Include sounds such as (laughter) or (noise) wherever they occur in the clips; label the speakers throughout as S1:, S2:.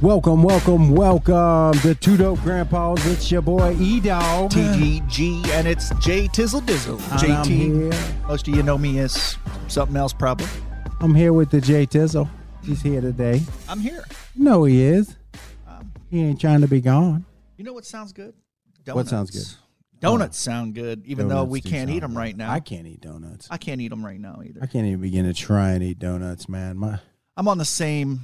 S1: Welcome, welcome, welcome to Two Dope Grandpas. It's your boy E Dog.
S2: TGG, and it's J Tizzle Dizzle.
S1: And I'm
S2: JT.
S1: here.
S2: Most of you know me as something else, probably.
S1: I'm here with the J Tizzle. He's here today.
S2: I'm here.
S1: No, he is.
S2: Um,
S1: He ain't trying to be gone.
S2: you know what sounds good? Donuts.
S1: What sounds
S2: Donuts sound good, even though
S1: Donuts
S2: we
S1: do
S2: can't eat
S1: sound
S2: them
S1: good.
S2: right now.
S1: I
S2: I,
S1: can't eat donuts.
S2: can't eat them right now
S1: I
S2: either.
S1: can't even begin to try and eat donuts, man. My
S2: I'm on the same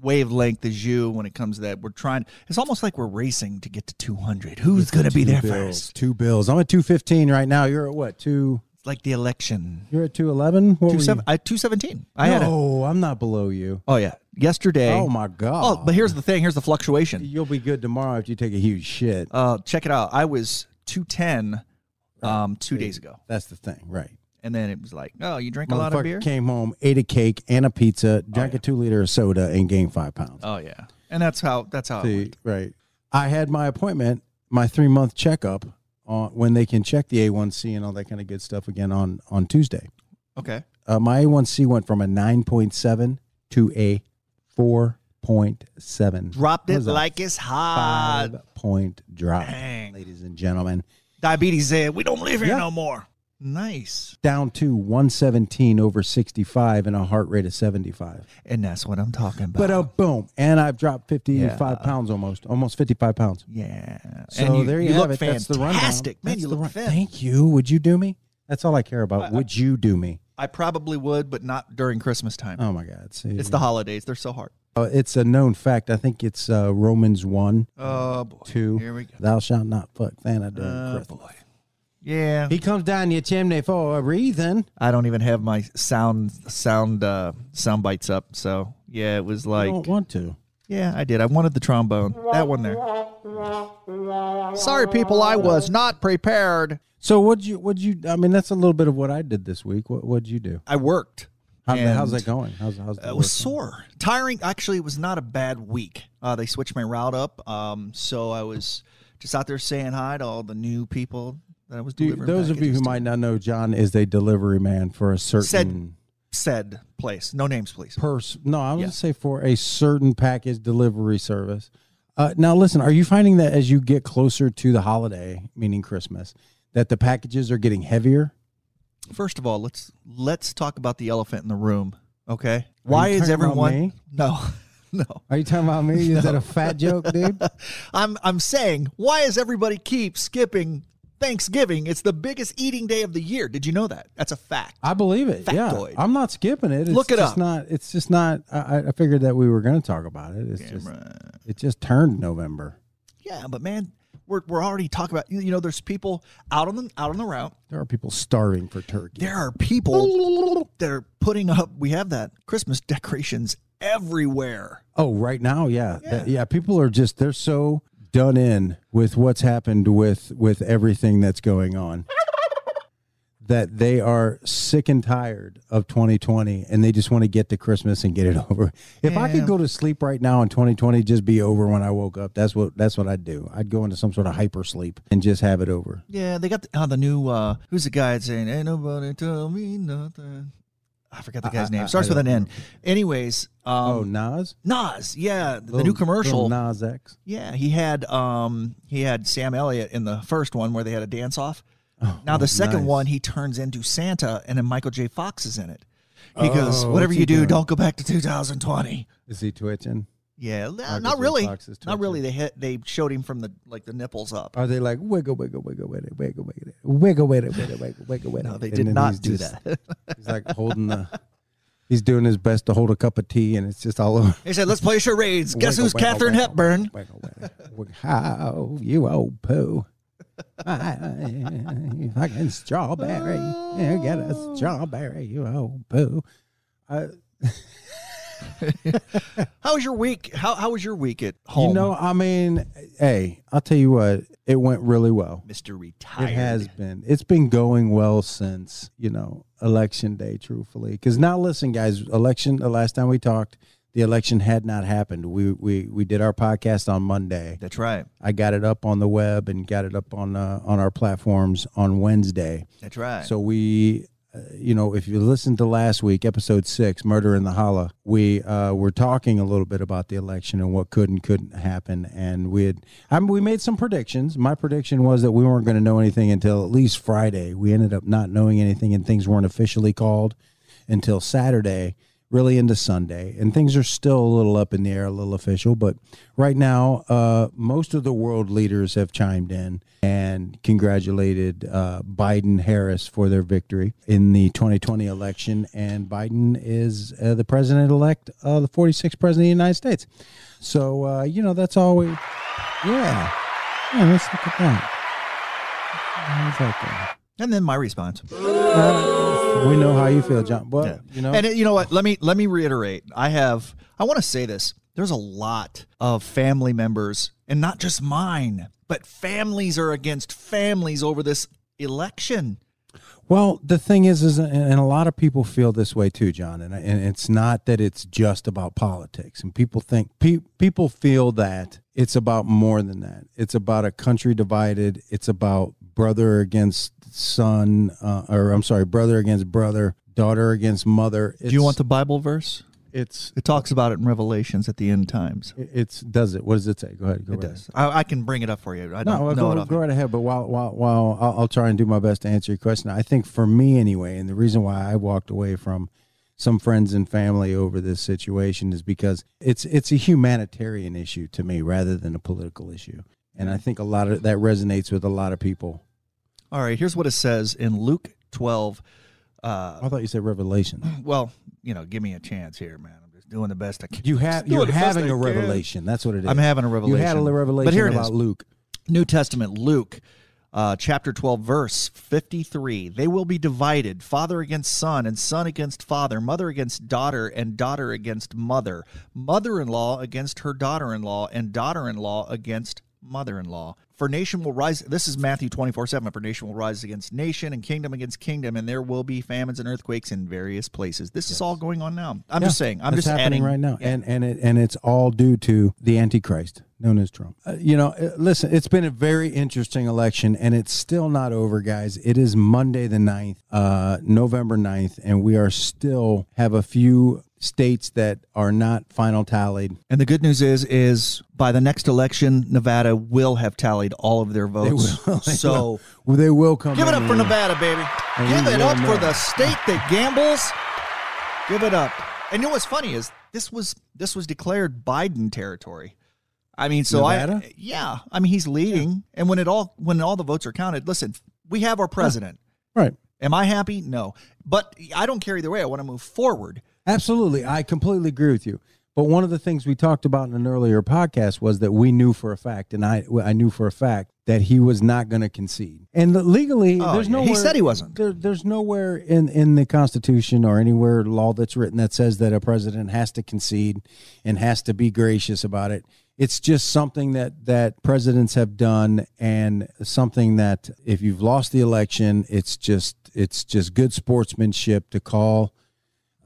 S2: wavelength as you when it comes to that. We're trying. It's almost like we're racing to get to 200. Who's going to be
S1: two
S2: there
S1: bills,
S2: first?
S1: Two bills. I'm at two fifteen right now. You're at what? Two?
S2: It's like the election.
S1: You're at two eleven. What
S2: Two
S1: were
S2: seven,
S1: you?
S2: I, 217. I had. A,
S1: Oh, no, i I'm not below you.
S2: oh yeah. Yesterday.
S1: Oh my god.
S2: Oh, but here's the thing. Here's the fluctuation.
S1: you'll be good tomorrow if you take a huge shit.
S2: uh, check it out. I was 210
S1: Oh,
S2: um, two days ago.
S1: That's the thing, right?
S2: And then it was like, oh, you drink a lot of
S1: Motherfucker
S2: beer?
S1: Came home, ate a cake and a pizza, drank a two liter of soda, and gained five pounds.
S2: Oh, yeah. And that's how, that's how, it
S1: See,
S2: went.
S1: right. I had my appointment, my three month checkup on when they can check the A1C and all that kind of good stuff again on on Tuesday.
S2: okay.
S1: Uh, my A1C went from a nine point seven to a four point seven.
S2: Dropped it
S1: was a
S2: like it's hot.
S1: five point drop,
S2: Dang.
S1: ladies and gentlemen.
S2: Diabetes said, we don't live here
S1: Yeah.
S2: no more. Nice.
S1: Down to one seventeen over sixty five and a heart rate of seventy five.
S2: And that's what I'm talking about.
S1: But uh, boom, and I've dropped fifty-five
S2: Yeah.
S1: pounds almost, almost fifty-five pounds.
S2: yeah.
S1: So
S2: and
S1: there you, have
S2: look
S1: it. That's
S2: Fantastic.
S1: the rundown.
S2: Man,
S1: That's
S2: you
S1: the
S2: look
S1: run-
S2: fit.
S1: Thank you. Would you do me? That's all I care about. Would you do me?
S2: I probably would, but not during Christmas time.
S1: Oh my God! See,
S2: It's the holidays. They're so hard.
S1: Uh, it's a known fact. I think it's uh, Romans one,
S2: Oh, boy.
S1: two.
S2: Here we go.
S1: Thou shalt not fuck Santa during
S2: Oh,
S1: Christmas.
S2: boy. Yeah.
S1: He comes down your chimney for a reason.
S2: I don't even have my sound sound uh, sound bites up. So yeah, it was
S1: I
S2: like
S1: don't want to.
S2: yeah, I did. I wanted the trombone. That one there. Sorry, people, I was not prepared.
S1: So what'd you? What'd you? I mean, that's a little bit of what I did this week. What What'd you do?
S2: I worked.
S1: How,
S2: And
S1: how's that going? How's how's the
S2: I was
S1: work?
S2: sore, tiring. Actually, it was not a bad week. Uh, they switched my route up, um, so I was just out there saying hi to all the new people that I was
S1: Do you-
S2: delivering.
S1: those of you
S2: packages
S1: who
S2: to.
S1: might not know, John is a delivery man for a certain
S2: said place, no names, please.
S1: pers- no, I was
S2: Yeah.
S1: gonna say for a certain package delivery service. Uh, now, listen, are you finding that as you get closer to the holiday, meaning Christmas, that the packages are getting heavier?
S2: First of all, let's let's talk about the elephant in the room. Okay, why
S1: you
S2: is
S1: talking about
S2: everyone
S1: me?
S2: no, (laughs) no?
S1: Are you talking about me? Is that a fat joke, dude?
S2: I'm I'm saying why is everybody keep skipping Thanksgiving? It's the biggest eating day of the year. Did you know that? That's a fact.
S1: (laughs) I believe it.
S2: Factoid.
S1: Yeah, I'm not skipping it. It's
S2: Look it
S1: just
S2: up.
S1: Not. It's just not. I, I- I figured that we were going to talk about it. It's just. It just turned November.
S2: Yeah, but man, we're we're already talking about you know there's people out on the out on the route.
S1: There are people starving for turkey.
S2: There are people that are putting up. We have that Christmas decorations everywhere.
S1: Oh, right now, yeah, That- yeah. people are just they're so done in with what's happened with with everything that's going on that they are sick and tired of 2020 and they just want to get to Christmas and get it (laughs) over. If I could
S2: Yeah.
S1: go to sleep right now and 2020 just be over when I woke up, that's what that's what I'd do. I'd go into some sort of hyper sleep and just have it over.
S2: Yeah, they got the, uh, the new uh, who's the guy that's saying ain't nobody tell me nothing. I forgot the guy's
S1: I-
S2: name.
S1: I
S2: Starts with
S1: don't
S2: an N. Anyways,
S1: Oh,
S2: um,
S1: Nas?
S2: Nas, yeah, the
S1: Little-
S2: new commercial.
S1: little Nas X.
S2: Yeah, he had um he had Sam Elliott in the first one where they had a dance off. now the second
S1: Oh, nice.
S2: one he turns into Santa and then Michael J. Fox is in it. He goes,
S1: Oh,
S2: "Whatever
S1: what's
S2: you
S1: he
S2: do,
S1: doing?
S2: don't go back to 2020."
S1: Is he twitching?
S2: Yeah, not,
S1: Michael J.
S2: really.
S1: Fox is
S2: Not really. They hit, they showed him from the like the nipples up.
S1: Are they like wiggle, wiggle, wiggle, wiggle, wiggle, wiggle, wiggle, wiggle, wiggle, wiggle, wiggle, wiggle?
S2: (laughs) No, they
S1: And
S2: did
S1: then
S2: not
S1: he's
S2: do
S1: just-
S2: that.
S1: (laughs) He's like holding the. He's doing his best to hold a cup of tea, and it's just all over.
S2: They said, "Let's play charades." (laughs) Guess
S1: Wiggle,
S2: who's
S1: wiggle,
S2: Katherine
S1: wiggle,
S2: Hepburn?
S1: wiggle, wiggle, wiggle. How you old poo? I- Fucking strawberry, you get a strawberry, you old poo.
S2: How was your week? How how was your week at home?
S1: You know, I mean, hey, I'll tell you what, it went really well.
S2: Mr. Retired.
S1: It has been. It's been going well since, you know, election day, truthfully. Because now, listen, guys, election, the last time we talked, the election had not happened. We, we, we did our podcast on Monday.
S2: That's right.
S1: I got it up on the web and got it up on, uh, on our platforms on Wednesday.
S2: That's right.
S1: So we, uh, you know, if you listened to last week, episode six, Murder in the Holla, we uh, were talking a little bit about the election and what could and couldn't happen. And we had, I mean, we made some predictions. My prediction was that we weren't going to know anything until at least Friday. We ended up not knowing anything and things weren't officially called until Saturday, really into Sunday. And things are still a little up in the air, a little official. But right now, uh, most of the world leaders have chimed in and congratulated uh, Biden Harris for their victory in the 2020 election. And Biden is uh, the president elect of the 46th president of the United States. So, uh, you know, that's all we. Yeah. Yeah, let's look at that. How's that going?
S2: And then my response.
S1: We know how you feel, John. Well,
S2: Yeah.
S1: you know,
S2: And it- you know what? Let me let me reiterate. I have I want to say this. There's a lot of family members, and not just mine, but families are against families over this election.
S1: Well, the thing is, is and- and a lot of people feel this way too, John. And, and it's not that it's just about politics. And people think pe- people feel that it's about more than that. It's about a country divided. It's about brother against son, uh, or I'm sorry, brother against brother, daughter against mother. It's,
S2: Do you want the Bible verse?
S1: It's
S2: It talks about it in Revelations at the end times.
S1: it's does it? What does it say? Go ahead. Go
S2: It
S1: right
S2: does. I, I can bring it up for you. I don't
S1: No, well,
S2: know it
S1: go,
S2: off-
S1: go right ahead. But while while while I'll, I'll try and do my best to answer your question, I think for me anyway, and the reason why I walked away from some friends and family over this situation is because it's it's a humanitarian issue to me rather than a political issue, and I think a lot of that resonates with a lot of people.
S2: All right, here's what it says in Luke 12. Uh,
S1: I thought you said revelation.
S2: well, you know, give me a chance here, man. I'm just doing the best I can.
S1: You have
S2: doing
S1: you're
S2: the best
S1: having
S2: I
S1: a
S2: can.
S1: revelation. That's what it is.
S2: I'm having a
S1: you
S2: revelation.
S1: had a revelation
S2: But here it is.
S1: about Luke.
S2: New Testament, Luke, uh, chapter 12, verse 53. They will be divided, father against son, and son against father, mother against daughter, and daughter against mother, mother in law against her daughter in law, and daughter in law against mother in law. For nation will rise, this is Matthew 24 7. For nation will rise against nation, and kingdom against kingdom, and there will be famines and earthquakes in various places. This is all going on now. I'm just
S1: Yeah,
S2: saying, I'm
S1: that's
S2: just
S1: happening
S2: adding.
S1: right now, and and it and it's all due to the Antichrist known as Trump. Uh, you know, uh, listen, it's been a very interesting election, and it's still not over, guys. It is Monday the 9th, uh, November 9th, and we are still have a few states that are not final tallied.
S2: And the good news is, is by the next election, Nevada will have tallied all of their votes.
S1: (laughs)
S2: so
S1: Well, they will come.
S2: give it
S1: in
S2: up for
S1: and-
S2: Nevada, baby.
S1: And
S2: give
S1: we
S2: it
S1: will
S2: up for
S1: know.
S2: the state that gambles. Give it up. And you know what's funny is this was this was declared Biden territory. I mean, so
S1: Nevada?
S2: I yeah. I mean, he's leading, and when it all when all the votes are counted, listen, we have our president.
S1: Right.
S2: Am I happy? No, but I don't care either way. I want to move forward.
S1: Absolutely. I completely agree with you. But one of the things we talked about in an earlier podcast was that we knew for a fact, and I, I knew for a fact that he was not going to concede. And the- legally,
S2: Oh,
S1: there's
S2: yeah.
S1: no.
S2: He said he wasn't.
S1: There, there's nowhere in, in the Constitution or anywhere law that's written that says that a president has to concede and has to be gracious about it. It's just something that, that presidents have done, and something that if you've lost the election, it's just it's just good sportsmanship to call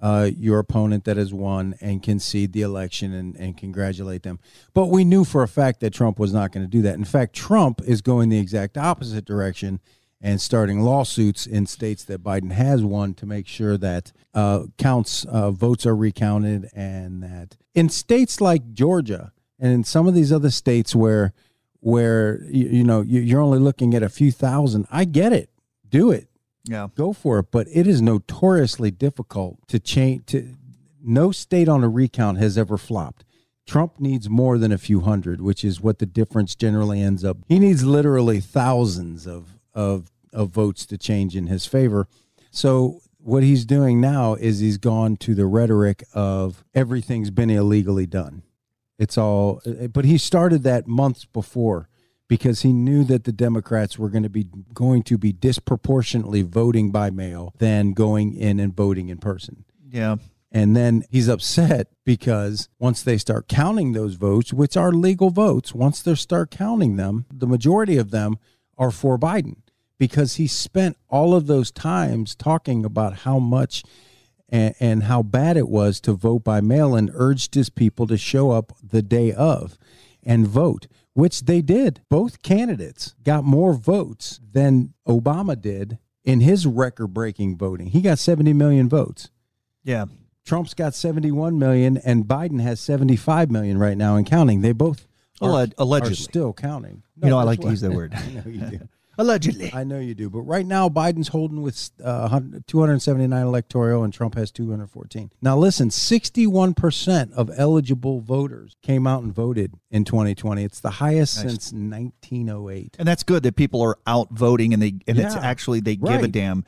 S1: uh, your opponent that has won and concede the election and, and congratulate them. But we knew for a fact that Trump was not going to do that. In fact, Trump is going the exact opposite direction and starting lawsuits in states that Biden has won to make sure that uh, counts, uh, votes are recounted, and that in states like Georgia and in some of these other states where where you, you know you- you're only looking at a few thousand, I get it. Do it
S2: Yeah.
S1: go for it. But it is notoriously difficult to change. To no state on a recount has ever flopped. Trump needs more than a few hundred, which is what the difference generally ends up. He needs literally thousands of of of votes to change in his favor. So what he's doing now is he's gone to the rhetoric of everything's been illegally done. It's all, but he started that months before because he knew that the Democrats were going to be going to be disproportionately voting by mail than going in and voting in person.
S2: Yeah.
S1: And then he's upset because once they start counting those votes, which are legal votes, once they start counting them, the majority of them are for Biden because he spent all of those times talking about how much and, and how bad it was to vote by mail and urged his people to show up the day of and vote, which they did. Both candidates got more votes than Obama did in his record breaking voting. He got 70 million votes.
S2: Yeah.
S1: Trump's got 71 million and Biden has 75 million right now and counting. They both are,
S2: Alleg-
S1: are
S2: allegedly.
S1: still counting.
S2: You know, I
S1: that's
S2: like to
S1: what-
S2: use that word.
S1: (laughs) I know you do.
S2: allegedly.
S1: I know you do. But right now, Biden's holding with uh, hun- 279 electoral and Trump has 214. Now, listen 61% of eligible voters came out and voted in 2020. It's the highest
S2: Nice.
S1: since 1908.
S2: And that's good that people are out voting and they and it's
S1: Yeah,
S2: actually they give a
S1: right.
S2: damn.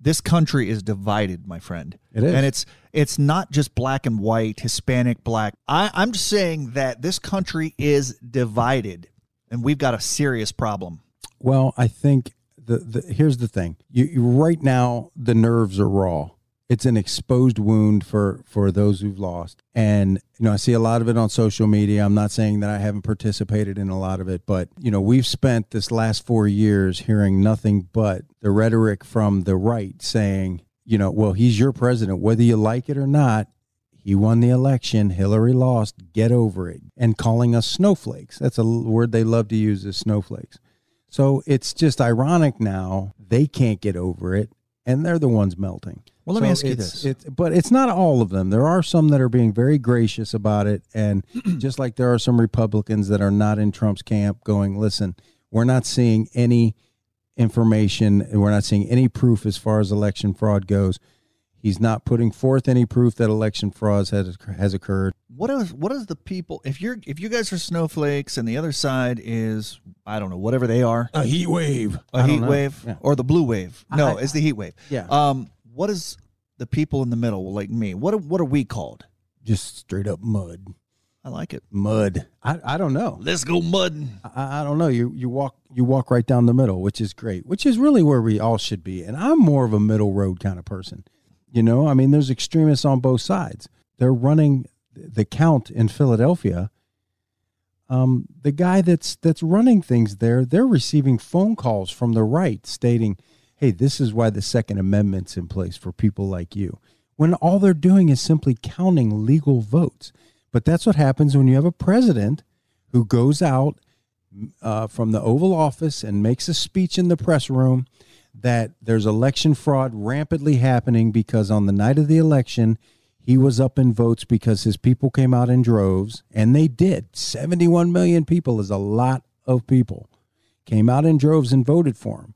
S2: This country is divided, my friend.
S1: It is.
S2: And it's it's not just black and white, Hispanic, black. I, I'm just saying that this country is divided and we've got a serious problem.
S1: Well, I think the, the here's the thing. You, you right now the nerves are raw. It's an exposed wound for for those who've lost. And you know, I see a lot of it on social media. I'm not saying that I haven't participated in a lot of it, but you know, we've spent this last 4 years hearing nothing but the rhetoric from the right saying, you know, well, he's your president whether you like it or not. He won the election. Hillary lost. Get over it. And calling us snowflakes. That's a l- word they love to use is snowflakes. So it's just ironic now they can't get over it, and they're the ones melting.
S2: Well, let me
S1: So
S2: ask you
S1: it's-
S2: this.
S1: it's- but it's not all of them. There are some that are being very gracious about it,
S2: (clears throat)
S1: and just like there are some Republicans that are not in Trump's camp, going, "Listen, we're not seeing any information, and we're not seeing any proof as far as election fraud goes." He's not putting forth any proof that election fraud has has occurred.
S2: What is what is the people if you're if you guys are snowflakes and the other side is I don't know, whatever they are.
S1: A heat wave.
S2: a heat wave
S1: Yeah.
S2: or the blue wave.
S1: I-
S2: No,
S1: I-
S2: it's the heat wave.
S1: Yeah.
S2: Um, what is the people in the middle like me? What are, what are we called?
S1: Just straight up mud.
S2: I like it.
S1: Mud. I, I don't know.
S2: Let's go mudding.
S1: I, I don't know. You you walk you walk right down the middle, which is great, which is really where we all should be. And I'm more of a middle road kind of person. You know, I mean, there's extremists on both sides. They're running the count in Philadelphia. Um, the guy that's that's running things there, they're receiving phone calls from the right stating, "Hey, this is why the Second Amendment's in place for people like you." When all they're doing is simply counting legal votes. But that's what happens when you have a president who goes out uh, from the Oval Office and makes a speech in the press room that there's election fraud rampantly happening because on the night of the election, he was up in votes because his people came out in droves, and they did. 71 million people is a lot of people came out in droves and voted for him.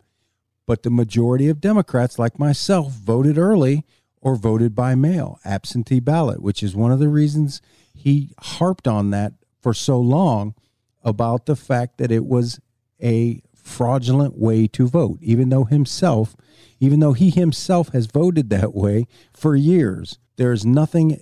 S1: But the majority of Democrats, like myself, voted early or voted by mail, absentee ballot, which is one of the reasons he harped on that for so long about the fact that it was a fraudulent way to vote, even though himself, even though he himself has voted that way for years. There is nothing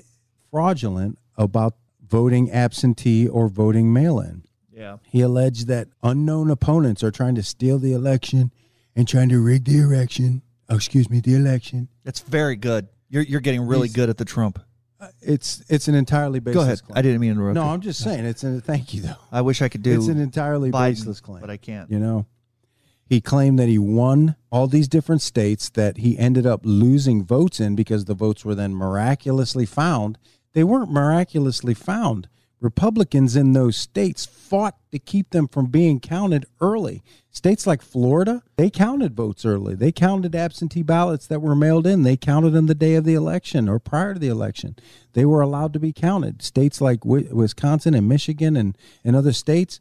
S1: fraudulent about voting absentee or voting mail in.
S2: Yeah.
S1: He alleged that unknown opponents are trying to steal the election and trying to rig the election. Oh, excuse me, the election.
S2: That's very good. You're, you're getting really good at the Trump.
S1: Uh, It's it's an entirely baseless
S2: Go ahead.
S1: claim.
S2: I didn't mean to interrupt.
S1: no,
S2: you.
S1: I'm just saying it's an thank you though.
S2: I wish I could do
S1: it's an entirely
S2: Biden,
S1: baseless claim.
S2: but I can't.
S1: You know, he claimed that he won all these different states that he ended up losing votes in because the votes were then miraculously found. They weren't miraculously found. Republicans in those states fought to keep them from being counted early. States like Florida, they counted votes early. They counted absentee ballots that were mailed in. They counted them the day of the election or prior to the election. They were allowed to be counted. States like Wi- Wisconsin and Michigan and, and other states,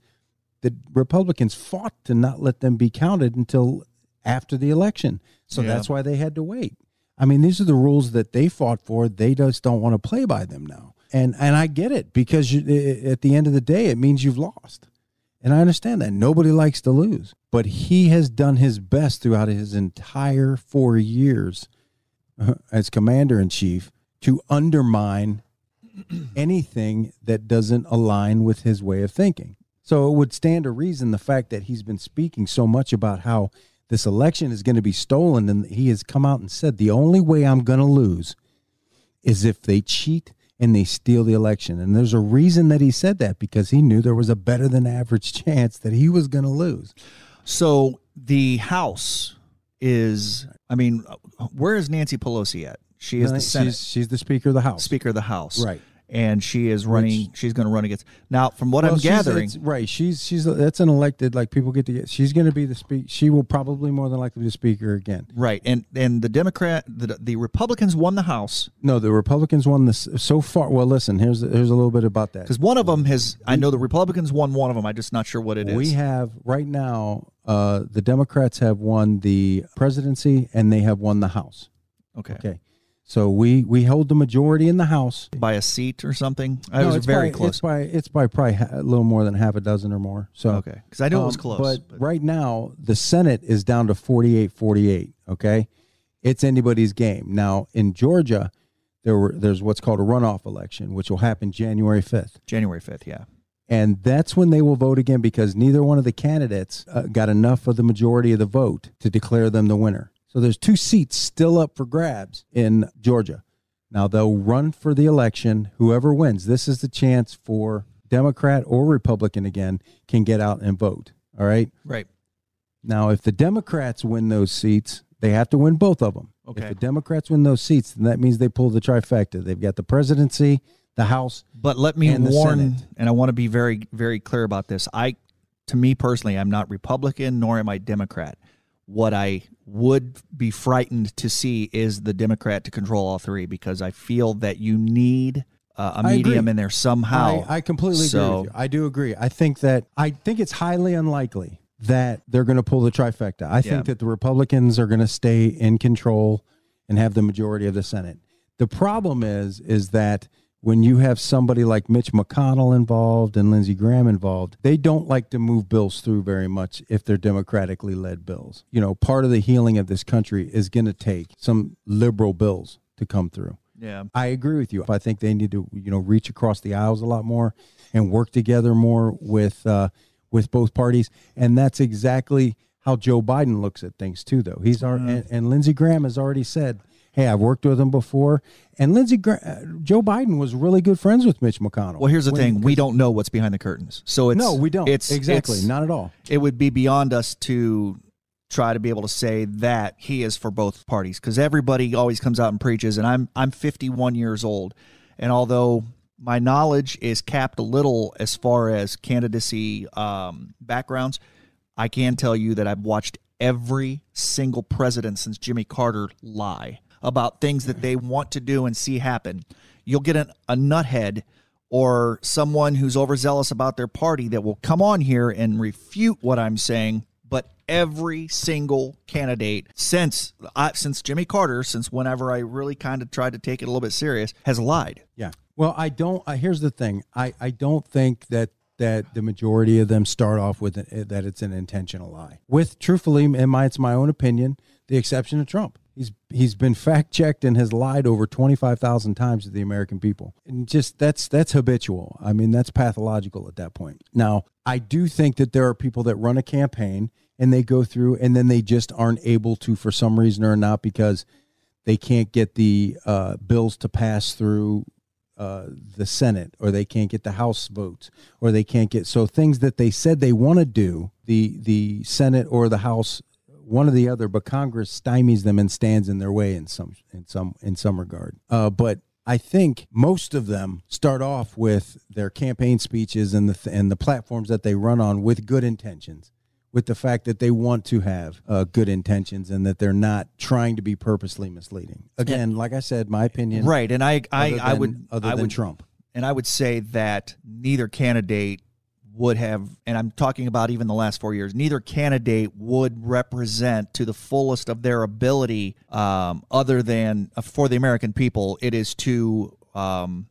S1: the Republicans fought to not let them be counted until after the election. So
S2: Yeah.
S1: that's why they had to wait. I mean, these are the rules that they fought for. They just don't want to play by them now. And and I get it because you, i- i- at the end of the day, it means you've lost. And I understand that nobody likes to lose, but he has done his best throughout his entire four years uh, as commander in chief to undermine anything that doesn't align with his way of thinking. So it would stand to reason the fact that he's been speaking so much about how this election is going to be stolen, and he has come out and said, The only way I'm going to lose is if they cheat and they steal the election. And there's a reason that he said that because he knew there was a better than average (laughs) chance that he was going to lose.
S2: So the House is, I mean, where is Nancy Pelosi at? She is the Senate
S1: she's, she's the Speaker of the House.
S2: Speaker of the House.
S1: Right.
S2: and she is running. she's going to run against now. From what
S1: Well,
S2: I'm
S1: she's-
S2: gathering,
S1: it's- right? She's she's that's an elected like people get to get. She's going to be the speak. She will probably more than likely be the speaker again.
S2: right, and and the Democrat, the, the Republicans won the House
S1: No, the Republicans won this so far. Well, listen, here's here's a little bit about that.
S2: because one of them has. I know the Republicans won one of them. I'm just not sure what it is.
S1: We have right now. Uh, the Democrats have won the presidency and they have won the House.
S2: okay.
S1: Okay, so we we hold the majority in the House.
S2: by a seat or something. I
S1: No,
S2: was
S1: it's by,
S2: very
S1: It's
S2: close.
S1: by it's by probably ha- a little more than half a dozen or more. So
S2: Okay, because I know it was
S1: Um,
S2: close.
S1: But,
S2: but-
S1: right now, the Senate is down to 48 48. Okay. It's anybody's game. Now, in Georgia, there were, there's what's called a runoff election, which will happen January 5th.
S2: January fifth, yeah.
S1: And that's when they will vote again because neither one of the candidates uh, got enough of the majority of the vote to declare them the winner. So there's two seats still up for grabs in Georgia. Now they'll run for the election. Whoever wins, this is the chance for Democrat or Republican again can get out and vote. All right.
S2: Right.
S1: Now, if the Democrats win those seats, they have to win both of them.
S2: Okay.
S1: If the Democrats win those seats, then that means they pull the trifecta. They've got the presidency, the House.
S2: But let me
S1: And the
S2: warn,
S1: Senate.
S2: and I want to be very, very clear about this. I, to me personally, I'm not Republican nor am I Democrat. What I would be frightened to see is the Democrat to control all three because I feel that you need uh, a
S1: I agree.
S2: medium in there somehow.
S1: I, I completely agree
S2: So-
S1: with you. I do agree. I think that I think it's highly unlikely that they're going to pull the trifecta. I
S2: Yeah.
S1: think that the Republicans are going to stay in control and have the majority of the Senate. The problem is is that when you have somebody like Mitch McConnell involved and Lindsey Graham involved, they don't like to move bills through very much if they're democratically led bills. You know, part of the healing of this country is going to take some liberal bills to come through.
S2: yeah.
S1: I agree with you. I think they need to, you know, reach across the aisles a lot more and work together more with uh, with both parties. And that's exactly how Joe Biden looks at things too. Though he's our
S2: Mm-hmm.
S1: and, and Lindsey Graham has already said, "Hey, I've worked with him before." And Lindsey Gra- uh, Joe Biden was really good friends with Mitch McConnell.
S2: Well, here's the
S1: When-
S2: thing: we don't know what's behind the curtains, so it's
S1: No, we don't.
S2: It's
S1: exactly
S2: it's-
S1: not at all.
S2: it would be beyond us to try to be able to say that he is for both parties because everybody always comes out and preaches and I'm I'm 51 years old and although my knowledge is capped a little as far as candidacy um, backgrounds I can tell you that I've watched every single president since Jimmy Carter lie about things that they want to do and see happen you'll get an, a nuthead or someone who's overzealous about their party that will come on here and refute what I'm saying. But every single candidate since I, since Jimmy Carter, since whenever I really kind of tried to take it a little bit serious, has lied.
S1: Yeah. Well, I don't. I, here's the thing. I I don't think that that the majority of them start off with an, that it's an intentional lie. With truthfully, in my it's my own opinion, the exception of Trump. He's he's been fact checked and has lied over twenty five thousand times to the American people, and just that's that's habitual. I mean, that's pathological at that point. Now, I do think that there are people that run a campaign and they go through and then they just aren't able to for some reason or not because they can't get the uh, bills to pass through uh, the Senate, or they can't get the House votes, or they can't get so things that they said they want to do. The the Senate or the House, one or the other, but Congress stymies them and stands in their way in some in some in some regard. Uh, but I think most of them start off with their campaign speeches and the th- and the platforms that they run on with good intentions with the fact that they want to have uh, good intentions and that they're not trying to be purposely misleading. Again, like I said, my opinion.
S2: Right, and I I,
S1: other
S2: I
S1: than-
S2: would
S1: other
S2: I
S1: than
S2: would
S1: Trump.
S2: and I would say that neither candidate would have, and I'm talking about even the last four years, neither candidate would represent to the fullest of their ability, um, other than uh, for the American people, it is to um,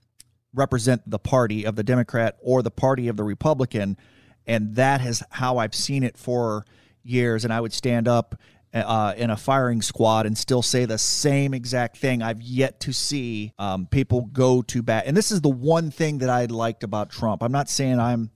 S2: represent the party of the Democrat or the party of the Republican. And that is how I've seen it for years. And I would stand up uh, in a firing squad and still say the same exact thing. I've yet to see um, people go to bat. And this is the one thing that I liked about Trump. I'm not saying I'm.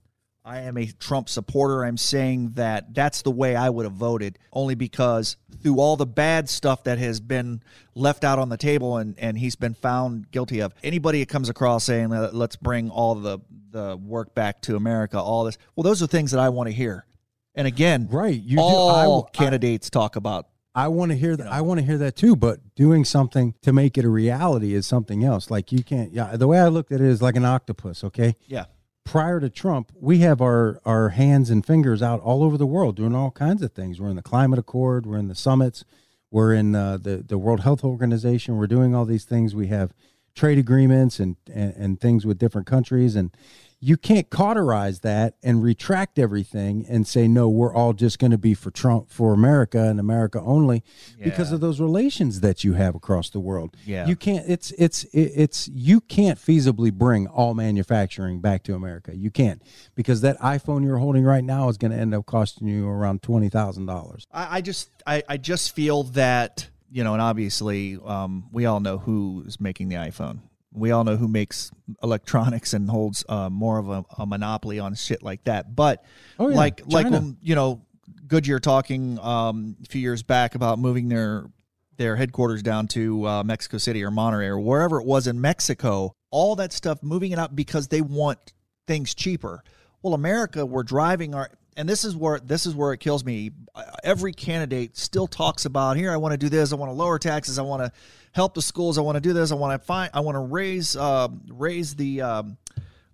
S2: I am a Trump supporter. I'm saying that that's the way I would have voted, only because through all the bad stuff that has been left out on the table and, and he's been found guilty of, anybody that comes across saying, "Uh, let's bring all the, the work back to America, all this, well, those are things that I want to hear. And again,
S1: Right. You do- I
S2: all
S1: will- I-
S2: candidates talk about
S1: I want to hear that. I want to hear that too. But doing something to make it a reality is something else. Like you can't. Yeah, the way I looked at it is like an octopus. Okay.
S2: Yeah.
S1: Prior to Trump, we have our our hands and fingers out all over the world doing all kinds of things. We're in the climate accord. We're in the summits. We're in uh, the the World Health Organization. We're doing all these things. We have trade agreements and, and and things with different countries and you can't cauterize that and retract everything and say no we're all just going to be for trump for america and america only because
S2: Yeah.
S1: of those relations that you have across the world
S2: Yeah.
S1: you can't it's it's it- it's you can't feasibly bring all manufacturing back to america you can't because that iphone you're holding right now is going to end up costing you around $20000
S2: I, I just I, I just feel that you know, and obviously um, we all know who's making the iPhone. We all know who makes electronics and holds uh, more of a, a monopoly on shit like that. But
S1: Oh, yeah,
S2: like like
S1: China.
S2: when, you know Goodyear talking um, a few years back about moving their their headquarters down to uh, Mexico City or Monterey or wherever it was in Mexico. All that stuff moving it up because they want things cheaper. Well, America, we're driving our and this is where this is where it kills me. Uh, Every candidate still talks about here. I want to do this. I want to lower taxes. I want to help the schools. I want to do this. I want to find. I want to raise um, raise the um,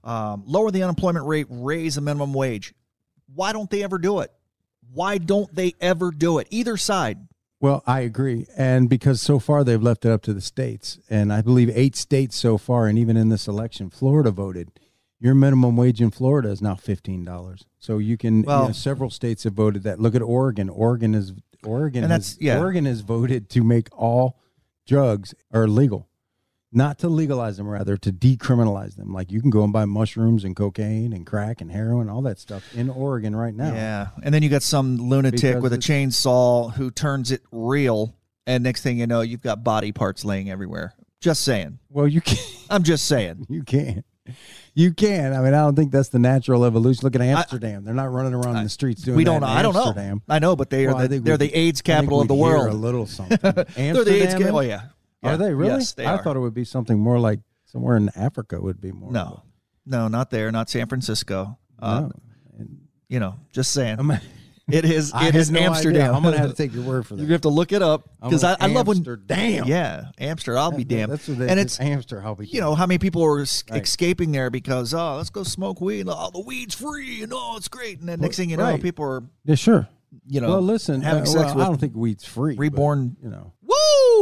S2: um, lower the unemployment rate. Raise the minimum wage. Why don't they ever do it? Why don't they ever do it? Either side.
S1: Well, I agree. And because so far they've left it up to the states. And I believe eight states so far, and even in this election, Florida voted. Your minimum wage in Florida is now $15. So you can, you
S2: Well-
S1: know, several states have voted that. Look at Oregon. Oregon is, Oregon,
S2: And
S1: has,
S2: that's- yeah.
S1: Oregon has voted to make all drugs are legal, not to legalize them, rather to decriminalize them. Like you can go and buy mushrooms and cocaine and crack and heroin, all that stuff in Oregon right now.
S2: Yeah. And then you got some lunatic
S1: Because
S2: with a
S1: it's-
S2: chainsaw who turns it real. And next thing you know, you've got body parts laying everywhere. Just saying.
S1: Well, you (laughs) can't.
S2: I'm just saying.
S1: You can. You can. I mean, I don't think that's the natural evolution. Look at Amsterdam; they're not running around in the streets doing.
S2: we
S1: that
S2: don't know.
S1: in
S2: I don't know.
S1: Amsterdam.
S2: I know, but they are
S1: Well, I
S2: the,
S1: think
S2: they're
S1: we-
S2: the AIDS
S1: I think
S2: capital of
S1: we'd
S2: the
S1: hear
S2: world.
S1: A
S2: (laughs)
S1: little something. Amsterdam.
S2: they're the AIDS capital. Oh, yeah. Yeah.
S1: Are they really?
S2: Yes, they
S1: I
S2: are.
S1: thought it would be something more like somewhere in Africa would be more.
S2: no, no, not there. Not San Francisco. Uh,
S1: No.
S2: You know, just saying.
S1: I'm-
S2: it
S1: (laughs)
S2: is.
S1: I
S2: It
S1: had
S2: is
S1: no idea.
S2: Amsterdam.
S1: I'm gonna have to take your word
S2: (laughs)
S1: for
S2: You're
S1: that.
S2: gonna have to look it up
S1: I'm
S2: because I,
S1: gonna-
S2: I love when
S1: Amsterdam.
S2: Yeah, Amsterdam. I'll be damned.
S1: That's what they,
S2: and it's
S1: Amsterdam. I'll be
S2: you know how many people are es- escaping there because oh let's go smoke weed oh the weed's free and oh it's great and then next thing you know
S1: Right.
S2: people are
S1: Yeah, sure.
S2: you know
S1: Well, listen.
S2: having
S1: uh,
S2: sex
S1: well, I
S2: with
S1: don't think weed's free. but,
S2: reborn
S1: you know.
S2: woo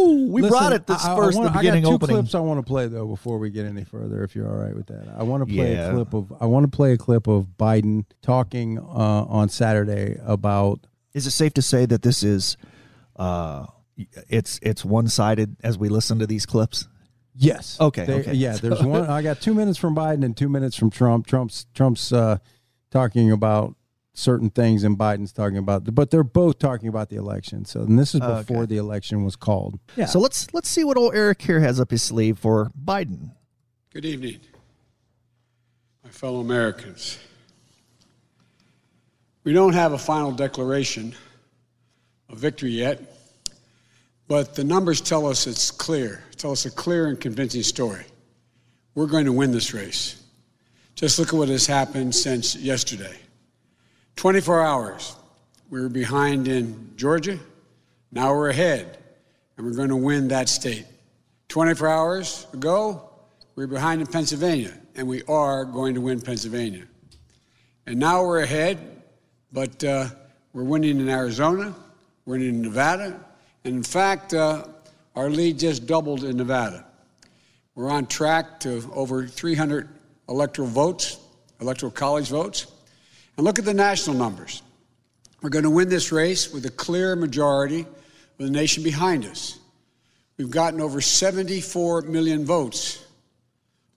S2: we
S1: Listen,
S2: brought it this
S1: I- I
S2: first
S1: wanna-
S2: the
S1: I
S2: beginning
S1: got two
S2: opening
S1: clips I want to play though before we get any further. If you're all right with that, I want to play
S2: Yeah.
S1: a clip of I want to play a clip of Biden talking uh, on Saturday about
S2: is it safe to say that this is uh it's it's one sided as we listen to these clips
S1: yes,
S2: Okay,
S1: They-
S2: okay.
S1: yeah.
S2: (laughs)
S1: There's one. I got two minutes from Biden and two minutes from Trump. Trump's Trump's uh, talking about certain things and Biden's talking about, but they're both talking about the election. So and this is
S2: Okay.
S1: before the election was called. Yeah.
S2: so let's let's see what old Eric here has up his sleeve for Biden
S3: Good evening, my fellow Americans. We don't have a final declaration of victory yet, but the numbers tell us it's clear, tell us a clear and convincing story. We're going to win this race. Just look at what has happened since yesterday. 24 hours, we were behind in Georgia, now we're ahead, and we're going to win that state. 24 hours ago, we were behind in Pennsylvania, and we are going to win Pennsylvania. And now we're ahead, but uh, we're winning in Arizona, we're winning in Nevada, and in fact, uh, our lead just doubled in Nevada. We're on track to over 300 electoral votes, electoral college votes. And look at the national numbers. We're going to win this race with a clear majority of the nation behind us. We've gotten over 74 million votes.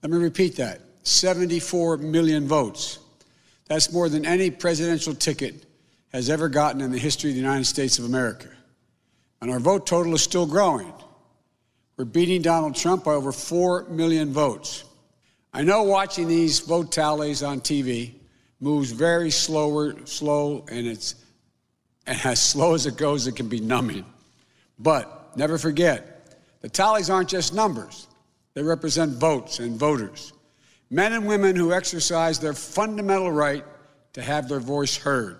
S3: Let me repeat that 74 million votes. That's more than any presidential ticket has ever gotten in the history of the United States of America. And our vote total is still growing. We're beating Donald Trump by over 4 million votes. I know watching these vote tallies on TV moves very slower, slow, and it's and (laughs) as slow as it goes, it can be numbing. But never forget, the tallies aren't just numbers. They represent votes and voters, men and women who exercise their fundamental right to have their voice heard.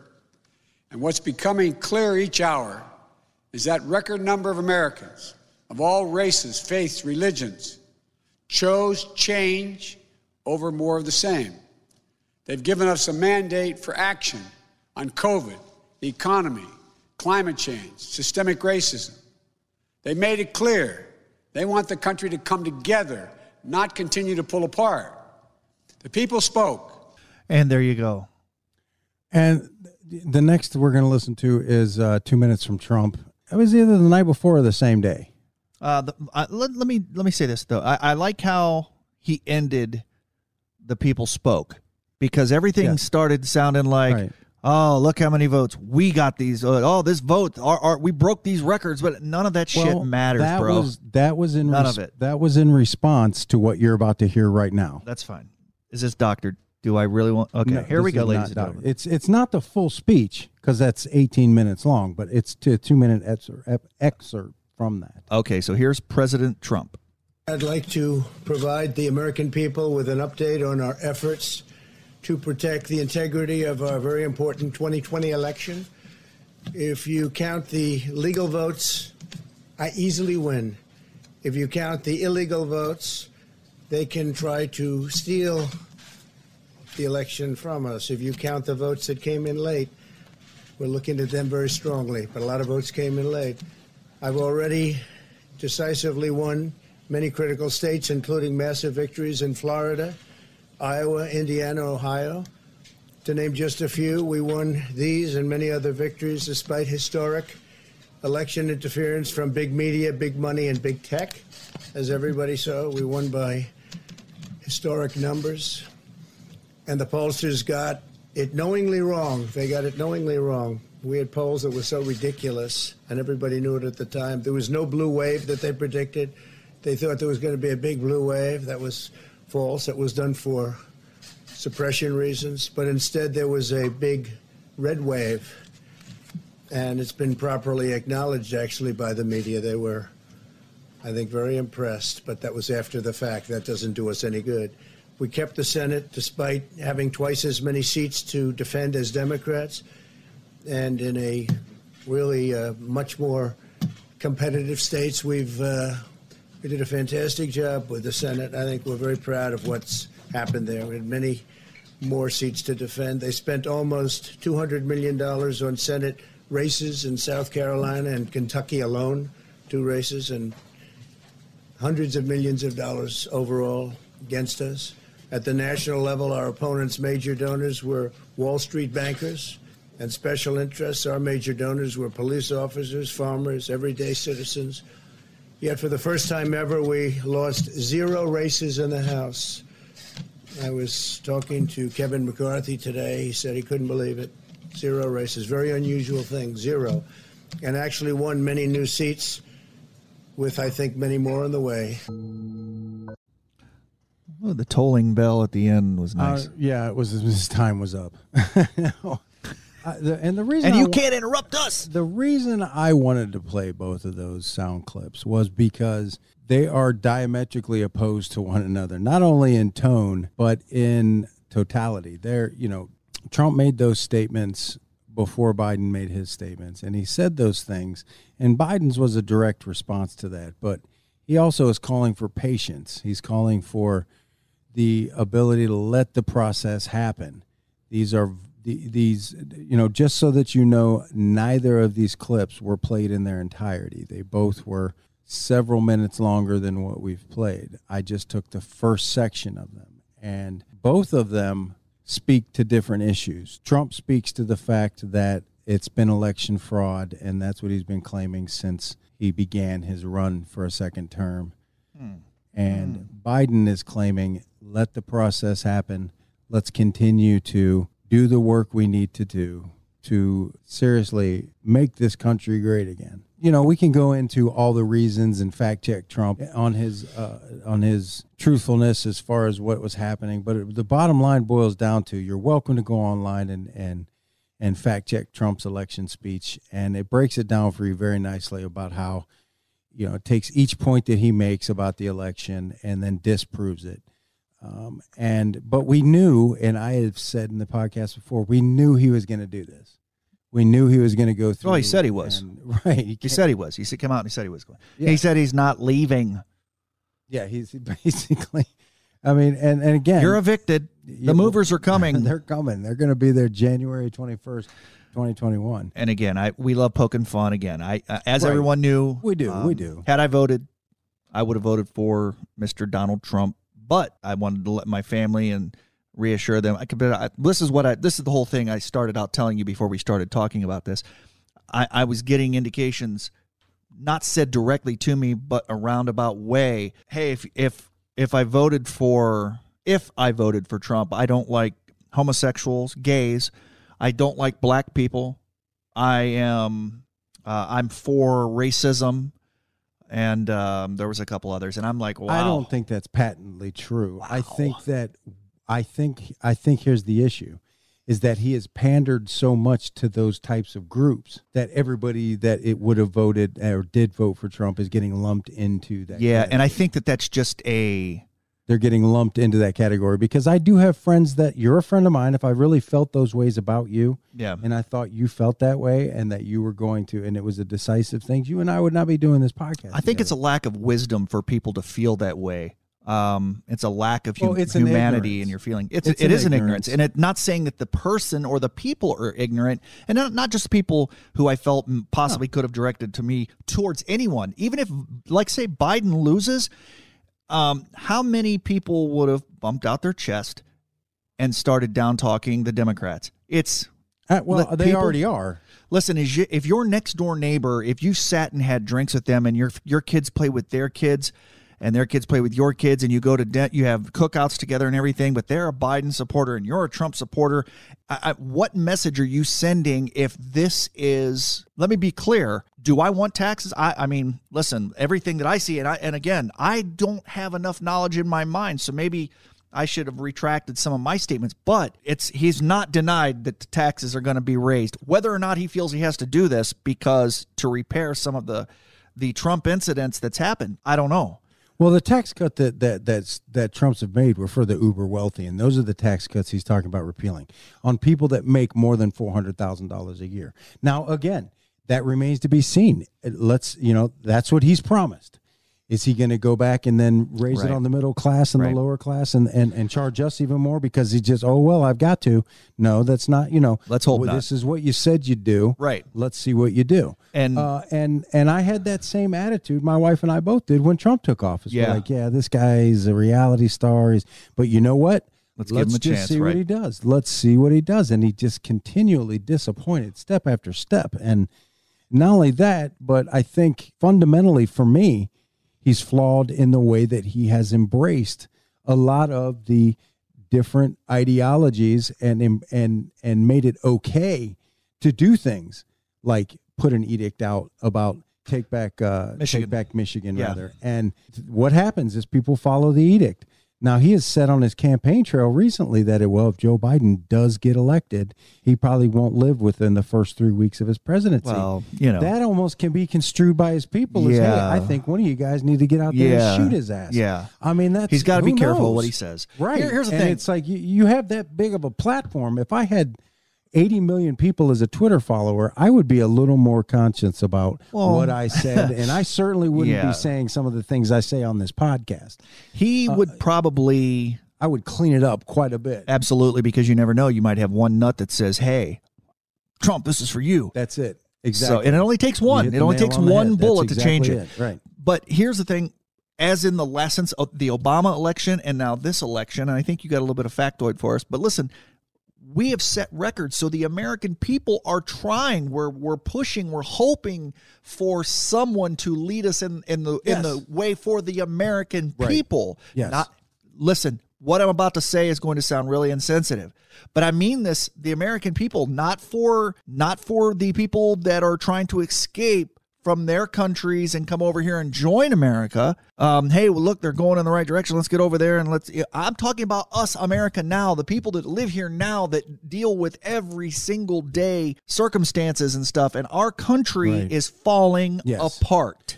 S3: And what's becoming clear each hour is that record number of Americans of all races, faiths, religions chose change over more of the same. They've given us a mandate for action on COVID, the economy, climate change, systemic racism. They made it clear they want the country to come together, not continue to pull apart. The people spoke.
S2: And there you go.
S1: And the next we're going to listen to is uh, two minutes from Trump. It was either the night before or the same day.
S2: Uh, the, uh, let, let me let me say this though. I, I like how he ended. The people spoke because everything
S1: Yeah.
S2: started sounding like,
S1: Right.
S2: "Oh, look how many votes we got these! uh, oh, this vote, our, our, we broke these records." But none of that shit matters,
S1: that
S2: bro.
S1: Was, that was in
S2: None of it.
S1: That was in response to what you're about to hear right now.
S2: That's fine. Is this doctor? Do I really want? Okay,
S1: No,
S2: here we
S1: this
S2: go,
S1: is
S2: ladies
S1: not
S2: and
S1: doc-
S2: gentlemen.
S1: It's it's not the full speech because that's 18 minutes long, but it's to a two minute excerpt, ep- excerpt from that.
S2: Okay, so here's President Trump.
S4: I'd like to provide the American people with an update on our efforts to protect the integrity of our very important 2020 election. If you count the legal votes, I easily win. If you count the illegal votes, they can try to steal the election from us. If you count the votes that came in late, we're looking at them very strongly, but a lot of votes came in late. I've already decisively won many critical states, including massive victories in Florida, Iowa, Indiana, Ohio. To name just a few, we won these and many other victories despite historic election interference from big media, big money, and big tech. As everybody saw, we won by historic numbers. And the pollsters got it knowingly wrong. They got it knowingly wrong. We had polls that were so ridiculous, and everybody knew it at the time. There was no blue wave that they predicted. They thought there was going to be a big blue wave. That was false. It was done for suppression reasons. But instead, there was a big red wave. And it's been properly acknowledged, actually, by the media. They were I think, very impressed, but that was after the fact. That doesn't do us any good. We kept the Senate despite having twice as many seats to defend as Democrats and in a really uh, much more competitive states. We've uh, we did a fantastic job with the Senate. I think we're very proud of what's happened there. We had many more seats to defend. They spent almost two hundred million dollars on Senate races in South Carolina and Kentucky alone, two races, and hundreds of millions of dollars overall against us. At the national level, our opponents' major donors were Wall Street bankers and special interests. Our major donors were police officers, farmers, everyday citizens. Yet, for the first time ever, we lost zero races in the House. I was talking to Kevin McCarthy today. He said he couldn't believe it. Zero races. Very unusual thing, zero. And actually won many new seats, with I think many more on the way.
S2: Oh, the tolling bell at the end was nice.
S1: Uh, yeah, it was (laughs) his time was up. (laughs) No. I- the- and the reason
S2: and
S1: I
S2: you
S1: wa-
S2: can't interrupt us.
S1: the reason I wanted to play both of those sound clips was because they are diametrically opposed to one another, not only in tone but in totality. They're, you know, Trump made those statements before Biden made his statements, and he said those things, and Biden's was a direct response to that. But he also is calling for patience. He's calling for the ability to let the process happen. These are the- these, you know, just so that you know, neither of these clips were played in their entirety. They both were several minutes longer than what we've played. I just took the first section of them, and both of them speak to different issues. Trump speaks to the fact that it's been election fraud, and that's what he's been claiming since he began his run for a second term. And Biden is claiming, let the process happen. Let's continue to do the work we need to do to seriously make this country great again. You know, we can go into all the reasons and fact check Trump on his uh, on his truthfulness as far as what was happening, but it, the bottom line boils down to you're welcome to go online and and and fact check Trump's election speech, and it breaks it down for you very nicely about how you know, it takes each point that he makes about the election and then disproves it. Um, and but we knew, and I have said in the podcast before, we knew he was going to do this. We knew he was going to go through.
S2: Well, he said he was.
S1: and- (laughs) right. He,
S2: He
S1: can't-
S2: said he was. He said, come out and he said he was going.
S1: Yeah.
S2: He said he's not leaving.
S1: yeah, he's (laughs) basically. I mean, and and again, (laughs)
S2: You're evicted.
S1: Yeah.
S2: The movers are
S1: (laughs)
S2: coming.
S1: they're coming. They're going to be there January twenty first, twenty twenty one.
S2: and again, I we love poking fun. Again, I uh, as
S1: Right.
S2: everyone knew, um,
S1: We do, we do.
S2: Had I voted, I would have voted for Mr. Donald Trump, but I wanted to let my family and reassure them. I could. But I, this is what I. This is the whole thing I started out telling you before we started talking about this. I, I was getting indications, not said directly to me, but a roundabout way. Hey, if if if I voted for if I voted for Trump, I don't like homosexuals, gays. I don't like black people. I am uh, I'm for racism, and um, there was a couple others, and I'm like, wow.
S1: I don't think that's patently true. I think that I think I think here's the issue is that he has pandered so much to those types of groups that everybody that it would have voted or did vote for Trump is getting lumped into that.
S2: yeah,
S1: category.
S2: and I think that that's just a
S1: they're getting lumped into that category because I do have friends that you're a friend of mine if I really felt those ways about you
S2: yeah.
S1: and I thought you felt that way and that you were going to and it was a decisive thing you and I would not be doing this podcast.
S2: I think it's a lack of wisdom for people to feel that way. Um, it's a lack of hum-
S1: Well, it's an
S2: humanity
S1: ignorance.
S2: in your feeling. It's,
S1: It's
S2: it
S1: an
S2: is an
S1: ignorance.
S2: ignorance, and it not saying that the person or the people are ignorant, and not, not just people who I felt m- possibly could have directed to me towards anyone. Even if, like, say Biden loses, um, how many people would have bumped out their chest and started down talking the Democrats? It's
S1: Uh, well
S2: Let
S1: they
S2: people-
S1: already are.
S2: Listen, is you, if your next door neighbor, if you sat and had drinks with them, and your your kids play with their kids, and their kids play with your kids, and you go to debt, you have cookouts together and everything, but they're a Biden supporter and you're a Trump supporter. I, I, what message are you sending? If this is, let me be clear. Do I want taxes? I, I mean, listen, everything that I see, and I, and again, I don't have enough knowledge in my mind, so maybe. I should have retracted some of my statements, but it's he's not denied that the taxes are going to be raised, whether or not he feels he has to do this because to repair some of the the Trump incidents that's happened. I don't know.
S1: Well, the tax cut that that that's that Trump's have made were for the uber wealthy, and those are the tax cuts he's talking about repealing on people that make more than four hundred thousand dollars a year. Now, again, that remains to be seen. It- Let's you know that's what he's promised. Is he going to go back and then raise
S2: Right.
S1: it on the middle class and
S2: Right.
S1: the lower class and, and and charge us even more because he just oh well I've got to no that's not you know
S2: Let's hope
S1: well,
S2: not.
S1: this is what you said you'd do
S2: Right.
S1: let's see what you do
S2: And-
S1: uh, and and I had that same attitude my wife and I both did when Trump took office yeah.
S2: Yeah.
S1: like, yeah, this guy's a reality star. He's, but you know what?
S2: Let's give him a
S1: just
S2: chance,
S1: see what
S2: right.
S1: he does. Let's see what he does. And he just continually disappointed step after step. And not only that, but I think fundamentally for me, he's flawed in the way that he has embraced a lot of the different ideologies and and and made it okay to do things like put an edict out about take back uh, take
S2: Michigan.
S1: back Michigan
S2: Yeah.
S1: rather. And th- what happens is people follow the edict. Now he has said on his campaign trail recently that it, well, if Joe Biden does get elected, he probably won't live within the first three weeks of his presidency.
S2: Well, you know.
S1: that almost can be construed by his people as, hey,
S2: Yeah.
S1: I think one of you guys need to get out there
S2: Yeah.
S1: and shoot his ass.
S2: Yeah.
S1: I mean that's
S2: He's got to
S1: who
S2: be careful what
S1: knows?
S2: he says.
S1: Right.
S2: Here- here's the
S1: And
S2: thing.
S1: It's like you, you have that big of a platform. If I had 80 million people as a Twitter follower, I would be a little more conscious about
S2: Well-
S1: what I
S2: (laughs)
S1: said. and I certainly wouldn't
S2: Yeah.
S1: be saying some of the things I say on this podcast. Uh,
S2: he would probably
S1: I would clean it up quite a bit.
S2: absolutely because you never know. You might have one nut that says, "Hey, Trump, this is for you."
S1: That's it.
S2: So,
S1: Exactly.
S2: and it only takes
S1: You
S2: one.
S1: hit
S2: It
S1: the
S2: only
S1: nail
S2: takes
S1: on the
S2: one
S1: head. That's
S2: bullet to change
S1: exactly it. Right.
S2: But here's the thing as in the lessons of the Obama election and now this election, and I think you got a little bit of factoid for us, but listen, we have set records. So the American people are trying, we're, we're pushing, we're hoping for someone to lead us in, in, the, in
S1: Yes.
S2: the way for the American people.
S1: Yes.
S2: Not, listen, what I'm about to say is going to sound really insensitive, but I mean this the American people, not for not for the people that are trying to escape from their countries and come over here and join America. Um, hey, well, look, they're going in the right direction. Let's get over there and let's. I'm talking about us, America, now, the people that live here now that deal with every single day circumstances and stuff. And our country
S1: Right.
S2: is falling
S1: Yes.
S2: apart.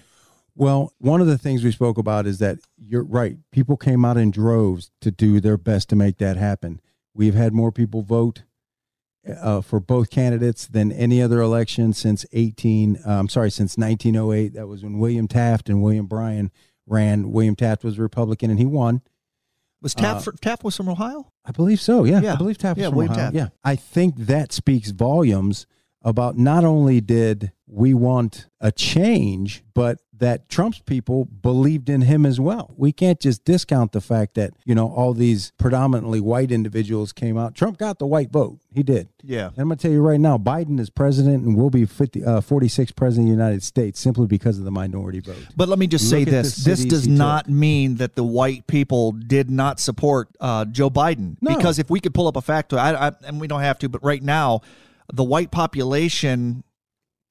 S1: Well, one of the things we spoke about is that you're right. People came out in droves to do their best to make that happen. We've had more people vote. uh, for both candidates than any other election since 18. Uh, I'm sorry, since 1908. That was when William Taft and William Bryan ran. William Taft was a Republican and he won.
S2: Was
S1: Uh,
S2: Taft fr- Taft was from Ohio?
S1: I believe so. Yeah,
S2: Yeah.
S1: I believe Taft was
S2: Yeah,
S1: from
S2: William
S1: Ohio.
S2: Taft.
S1: Yeah, I think that speaks volumes about not only did we want a change, but that Trump's people believed in him as well. We can't just discount the fact that you know all these predominantly white individuals came out. Trump got the white vote. He did.
S2: Yeah.
S1: And I'm going to tell you right now, Biden is president and will be 50, uh, 46th president of the United States simply because of the minority vote.
S2: But let me just say
S1: Look at the
S2: this: this
S1: cities
S2: does
S1: he took.
S2: not mean that the white people did not support uh, Joe Biden.
S1: No.
S2: Because if we could pull up a fact, I, I, and we don't have to, but right now, the white population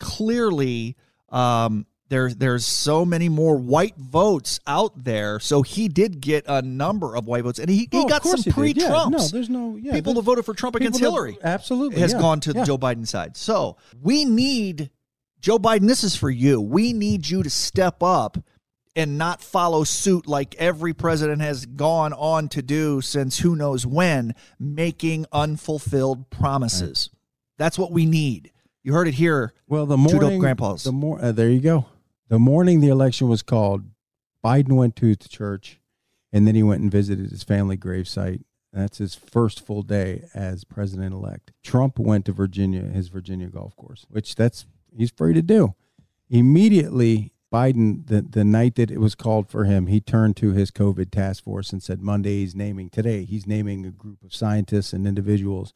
S2: clearly um, there there's so many more white votes out there. So he did get a number of white votes, and he, he
S1: Oh, of
S2: got
S1: course
S2: some
S1: he did. Yeah,
S2: pre-Trumps.
S1: no, there's no- yeah,
S2: people
S1: there-
S2: that voted for Trump against
S1: People that-
S2: Hillary
S1: absolutely
S2: has
S1: yeah,
S2: gone to
S1: yeah.
S2: the Joe Biden side. So we need Joe Biden. This is for you. We need you to step up and not follow suit like every president has gone on to do since who knows when, making unfulfilled promises. That's what we need. You heard it here.
S1: Well, the
S2: Two dope
S1: morning,
S2: grandpas.
S1: The more uh, there you go. The morning the election was called, Biden went to the church, and then he went and visited his family gravesite. That's his first full day as president elect. Trump went to Virginia, his Virginia golf course, which that's he's free to do. Immediately, Biden, the, the night that it was called for him, he turned to his COVID task force and said, Monday he's naming, today he's naming a group of scientists and individuals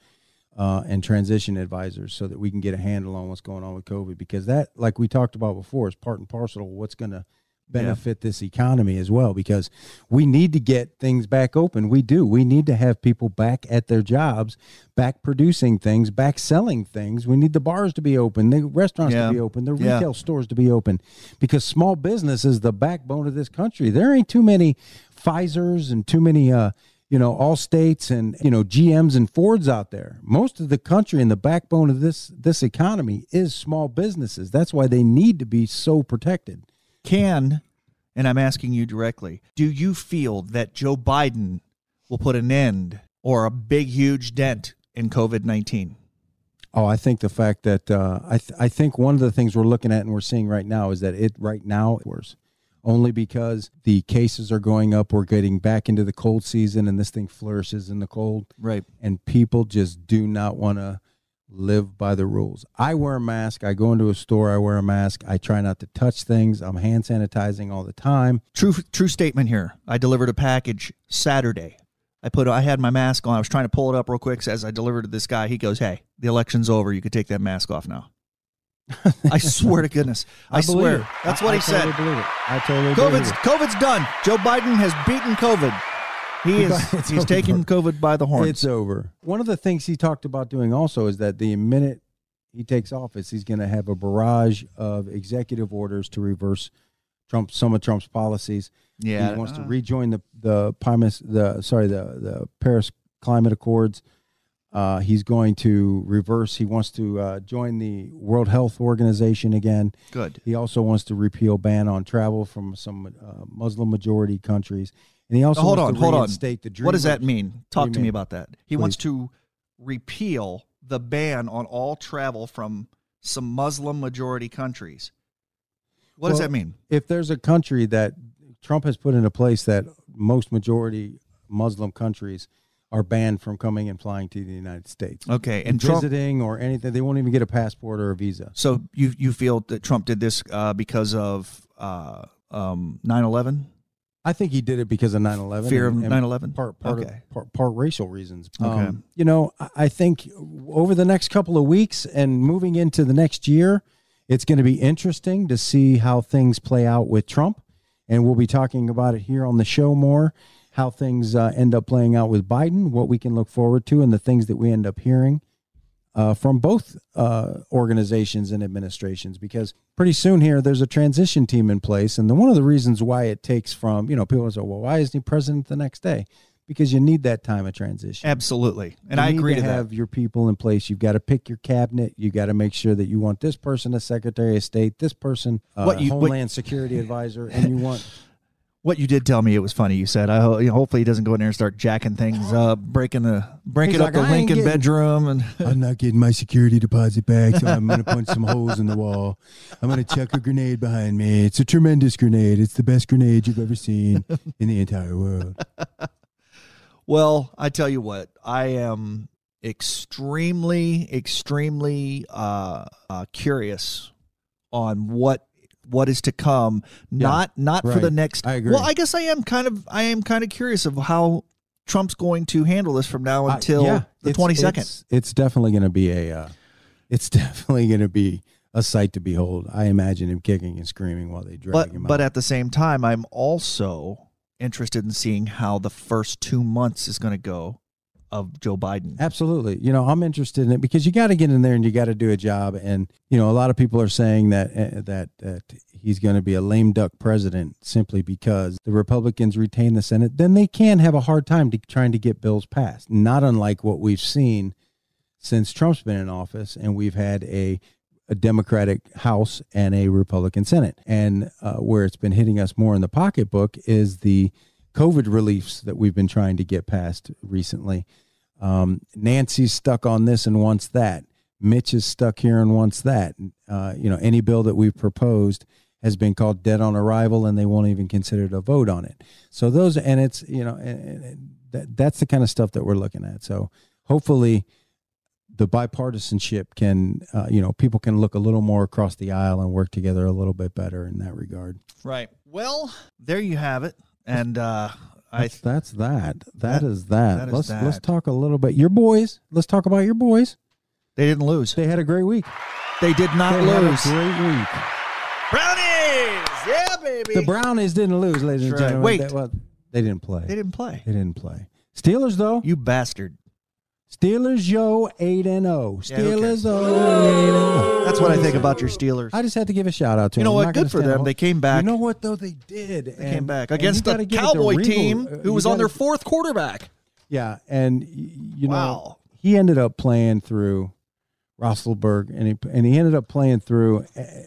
S1: uh, and transition advisors so that we can get a handle on what's going on with COVID because that, like we talked about before, is part and parcel of what's going to benefit this economy as well because we need to get things back open. We do. We need to have people back at their jobs, back producing things, back selling things. We need the bars to be open, the restaurants
S2: Yeah.
S1: to be open, the
S2: Yeah.
S1: retail stores to be open because small business is the backbone of this country. There ain't too many Pfizer's and too many, uh, you know, all states and you know GMs and Fords out there. Most of the country and the backbone of this this economy is small businesses. That's why they need to be so protected.
S2: Can, and I'm asking you directly, do you feel that Joe Biden will put an end or a big, huge dent in COVID 19?
S1: Oh, I think the fact that uh, I th- I think one of the things we're looking at and we're seeing right now is that it right now it's worse, only because the cases are going up. We're getting back into the cold season, and this thing flourishes in the cold.
S2: Right.
S1: and people just do not want to live by the rules. I wear a mask. I go into a store. I wear a mask. I try not to touch things. I'm hand sanitizing all the time.
S2: true true statement here. I delivered a package Saturday. I put I had my mask on. I was trying to pull it up real quick. As I delivered to this guy, he goes, "Hey, the election's over. You could take that mask off now."
S1: (laughs)
S2: I swear to goodness, I,
S1: believe
S2: swear
S1: it.
S2: that's
S1: I-
S2: what
S1: I
S2: he said.
S1: Totally believe it. I totally believe
S2: COVID's
S1: it.
S2: COVID's done. Joe Biden has beaten COVID.
S1: (laughs)
S2: He is
S1: It's
S2: he's
S1: over.
S2: taking COVID by the horns.
S1: It's over. One of the things he talked about doing also is that the minute he takes office, he's going to have a barrage of executive orders to reverse Trump some of Trump's policies.
S2: yeah,
S1: he wants to
S2: uh,
S1: rejoin the the Paris the sorry the the Paris Climate Accords. Uh, he's going to reverse. He wants to uh, join the World Health Organization again.
S2: good.
S1: He also wants to repeal ban on travel from some uh, Muslim majority countries. And he also
S2: Now, hold
S1: wants
S2: on,
S1: to
S2: hold on.
S1: reinstate the Dreamers.
S2: What does that mean?
S1: do
S2: Talk
S1: you
S2: to
S1: mean?
S2: me about that. He wants to repeal the ban on all travel from some Muslim majority countries. What does
S1: Well,
S2: that mean?
S1: If there's a country that Trump has put into place that most majority Muslim countries are banned from coming and flying to the United States.
S2: Okay, and Trump.
S1: visiting or anything. They won't even get a passport or a visa.
S2: So you you feel that Trump did this uh, because of uh, um, 9/11?
S1: I think he did it because of 9-11.
S2: Fear of
S1: and- and
S2: 9/11?
S1: Part, part, of-
S2: Okay.
S1: part, part racial reasons.
S2: Okay.
S1: Um, you know, I, I think over the next couple of weeks and moving into the next year, it's going to be interesting to see how things play out with Trump. And we'll be talking about it here on the show more, how things uh, end up playing out with Biden, what we can look forward to, and the things that we end up hearing. uh, from both uh, organizations and administrations because pretty soon here there's a transition team in place and the, one of the reasons why it takes from you know people say well why isn't he president the next day because you need that time of transition
S2: Absolutely, and
S1: You
S2: I
S1: need
S2: agree
S1: to
S2: to that.
S1: have your people in place you've got to pick your cabinet you got to make sure that you want this person as secretary of state this person uh,
S2: What you- what-
S1: homeland security advisor and you want
S2: What you did tell me it was funny. You said, I ho- you know, hopefully he doesn't go in there and start jacking things up, breaking the breaking
S1: He's
S2: up
S1: like,
S2: the
S1: "I ain't
S2: Lincoln
S1: getting-"
S2: bedroom, and
S1: I'm not getting my security deposit back, so I'm going to punch some holes in the wall. I'm going to chuck a grenade behind me. It's a tremendous grenade. It's the best grenade you've ever seen in the entire world.
S2: Well, I tell you what, I am extremely, extremely uh, uh, curious on what what is to come. not not for the
S1: right.
S2: next.
S1: I agree.
S2: Well, I guess I am kind of I am kind of curious of how Trump's going to handle this from now
S1: I-
S2: (laughs) until
S1: yeah,
S2: the
S1: it's-
S2: twenty second.
S1: It's, it's definitely going to be a. Uh, it's (laughs) definitely going to be a sight to behold. I imagine him kicking and screaming while they drag
S2: But
S1: him
S2: but
S1: out.
S2: at the same time, I'm also interested in seeing how the first two months is going to go of Joe Biden.
S1: Absolutely. You know, I'm interested in it because you got to get in there and you got to do a job. And you know, a lot of people are saying that uh, that that he's going to be a lame duck president simply because the Republicans retain the Senate. Then they can have a hard time to, trying to get bills passed. Not unlike what we've seen since Trump's been in office, and we've had a a Democratic House and a Republican Senate. And uh, where it's been hitting us more in the pocketbook is the COVID reliefs that we've been trying to get passed recently. Um, Nancy's stuck on this and wants that. Mitch is stuck here and wants that. Uh, you know, any bill that we've proposed has been called dead on arrival, and they won't even consider it a vote on it. So those, and it's you know, and, and- and that that's the kind of stuff that we're looking at. So hopefully, the bipartisanship can, uh, you know, people can look a little more across the aisle and work together a little bit better in that regard.
S2: Right. Well, there you have it, and uh, I.
S1: That's, that's that.
S2: That-
S1: that is that.
S2: that is
S1: let's let's
S2: that.
S1: talk a little bit. Your boys. Let's talk about your boys.
S2: They didn't lose.
S1: They had a great week.
S2: They did not
S1: They had a
S2: lose.
S1: great week.
S2: Brownies! Yeah, baby.
S1: The Brownies didn't lose, ladies and
S2: That's right.
S1: gentlemen.
S2: Wait.
S1: That- well, they didn't play.
S2: they didn't play.
S1: They didn't play. Steelers though.
S2: You bastard.
S1: Steelers yo eight and zero.
S2: Yeah, who
S1: Steelers oh.
S2: That's what I think about your Steelers.
S1: I just had to give a shout out to
S2: You
S1: them.
S2: know
S1: I'm
S2: what?
S1: not gonna
S2: Good for
S1: stand
S2: them.
S1: up.
S2: They came back.
S1: You know what though? They did. They
S2: They came back against the Cowboy team who was on their fourth quarterback.
S1: uh, Yeah, and y- you
S2: Wow.
S1: know he ended up playing through Rosselberg, and he and he ended up playing through eh,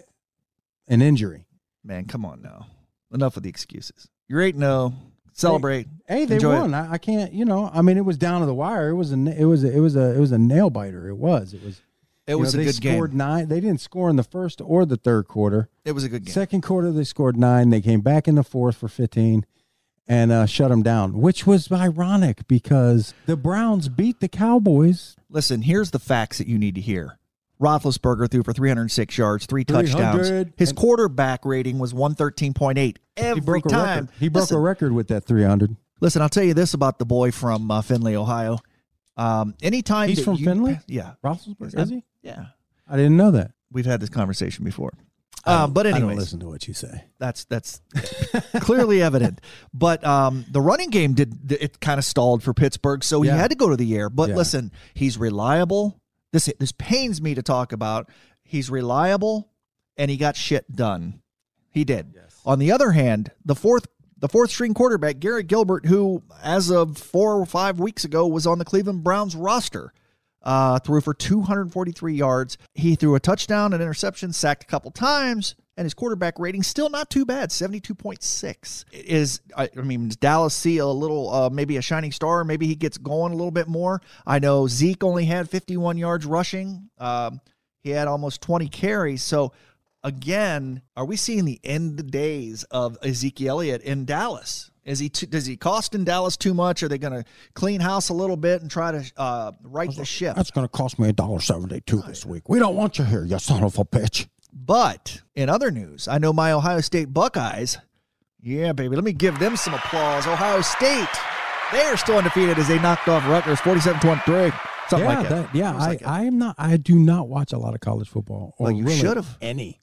S1: an injury.
S2: Man, come on now. Enough of the excuses. You're 8 0. Celebrate.
S1: Hey, they
S2: Enjoy it.
S1: won. I, I can't. You know, I mean, it was down to the wire. It was a. It was. A, it was a. It was a nail biter. It was. It was.
S2: It
S1: you
S2: was
S1: know,
S2: a
S1: they
S2: good
S1: scored
S2: game.
S1: Nine. They didn't score in the first or the third quarter.
S2: It was a good game.
S1: Second quarter, they scored nine. They came back in the fourth for fifteen, and uh, shut them down. Which was ironic because the Browns beat the Cowboys.
S2: Listen, here's the facts that you need to hear. Roethlisberger threw for 306 yards, three touchdowns.
S1: 300.
S2: His
S1: And-
S2: quarterback rating was 113.8 every
S1: He broke a
S2: time.
S1: record. He broke
S2: Listen,
S1: a record with that three hundred.
S2: Listen, I'll tell you this about the boy from uh, Findlay, Ohio. Um, anytime
S1: He's
S2: that
S1: from
S2: you-
S1: Findlay?
S2: yeah,
S1: Roethlisberger is he?
S2: yeah.
S1: I didn't know that.
S2: We've had this conversation before, um, but
S1: I don't
S2: anyways,
S1: listen to what you say. (laughs)
S2: that's that's clearly evident. But um, the running game did it kind of stalled for Pittsburgh, so
S1: Yeah.
S2: he had to go to the air. But
S1: Yeah.
S2: listen, he's reliable. This this pains me to talk about. He's reliable, and he got shit done. He did. On the other hand, the fourth the fourth string quarterback Garrett Gilbert, who as of four or five weeks ago was on the Cleveland Browns roster, uh, threw for 243 yards. He threw a touchdown, an interception, sacked a couple times, and his quarterback rating still not too bad, 72.6. It Is I, I mean does Dallas see a little uh, maybe a shining star? Maybe he gets going a little bit more. I know Zeke only had 51 yards rushing. Um, he had almost 20 carries. So again, are we seeing the end of the days of Ezekiel Elliott in Dallas? Is he too, does he cost in Dallas too much? Are they going to clean house a little bit and try to uh, right the ship?
S1: That's going to cost me a dollar seventy-two this week. We don't want you here, you son of a bitch.
S2: But in other news, I know my Ohio State Buckeyes. Yeah, baby, let me give them some applause. Ohio State, they are still undefeated as they knocked off Rutgers 47-23. Something
S1: yeah,
S2: like that.
S1: yeah.
S2: Something
S1: I,
S2: like that.
S1: I am not. I do not watch a lot of college football. Or
S2: Well, you
S1: really
S2: should've.
S1: any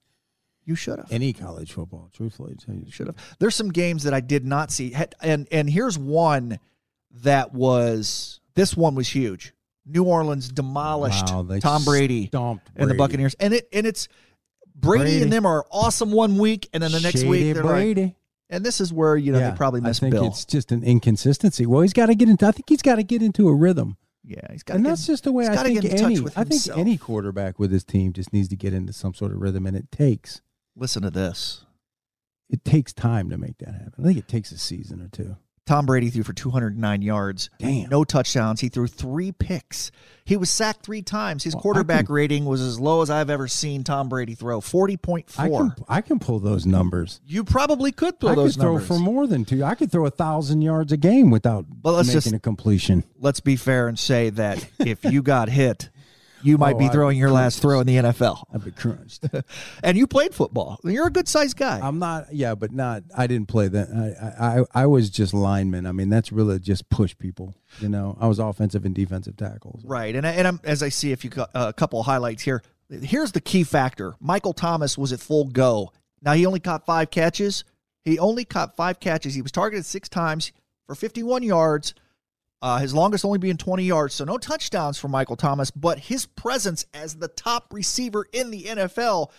S2: you should have.
S1: any college football. Truthfully, to tell you.
S2: should have. There's some games that I did not see, Had- and and here's one that was this one was huge. New Orleans demolished
S1: Wow, they
S2: Tom Brady
S1: stomped
S2: and the
S1: Brady.
S2: Buccaneers, and it and it's Brady,
S1: Brady.
S2: and them are awesome one week, and then the next
S1: Shady
S2: week they're like,
S1: Brady.
S2: and this is where you know they probably
S1: I
S2: missed
S1: think
S2: Bill.
S1: it's just an inconsistency. Well, he's got to get into. I think he's got to get into a rhythm,
S2: yeah, he's got
S1: and that's just the way
S2: he's
S1: I
S2: gotta
S1: think
S2: get in touch
S1: any.
S2: with
S1: I think
S2: himself.
S1: any quarterback with his team just needs to get into some sort of rhythm, and it takes
S2: listen to this.
S1: it takes time to make that happen. I think it takes a season or two.
S2: Tom Brady threw for 209 yards,
S1: Damn.
S2: no touchdowns. He threw three picks. He was sacked three times. His
S1: Well, I
S2: quarterback
S1: can-
S2: rating was as low as I've ever seen Tom Brady throw, 40.4.
S1: I can I can pull those numbers.
S2: you probably could throw
S1: I
S2: those
S1: could throw
S2: numbers.
S1: for more than two. I could throw a thousand yards a game without
S2: Well, let's
S1: making
S2: just-
S1: a completion.
S2: Let's be fair and
S1: (laughs)
S2: say that if you got hit, you might
S1: Oh,
S2: be
S1: I'd
S2: throwing
S1: be
S2: your last throw in the NFL.
S1: I'd be crunched.
S2: And you played football. You're a good sized guy.
S1: (laughs) I'm not. Yeah, but not. I didn't play that. I, I I was just lineman. I mean, that's really just push people. You know, I was offensive and defensive tackles.
S2: Right, and I- and I'm, as I see, if you got uh, a couple of highlights here, here's the key factor: Michael Thomas was at full go. Now he only caught five catches. He only caught five catches. He was targeted six times for 51 yards. Uh, his longest only being 20 yards, so no touchdowns for Michael Thomas. But his presence as the top receiver in the NFL,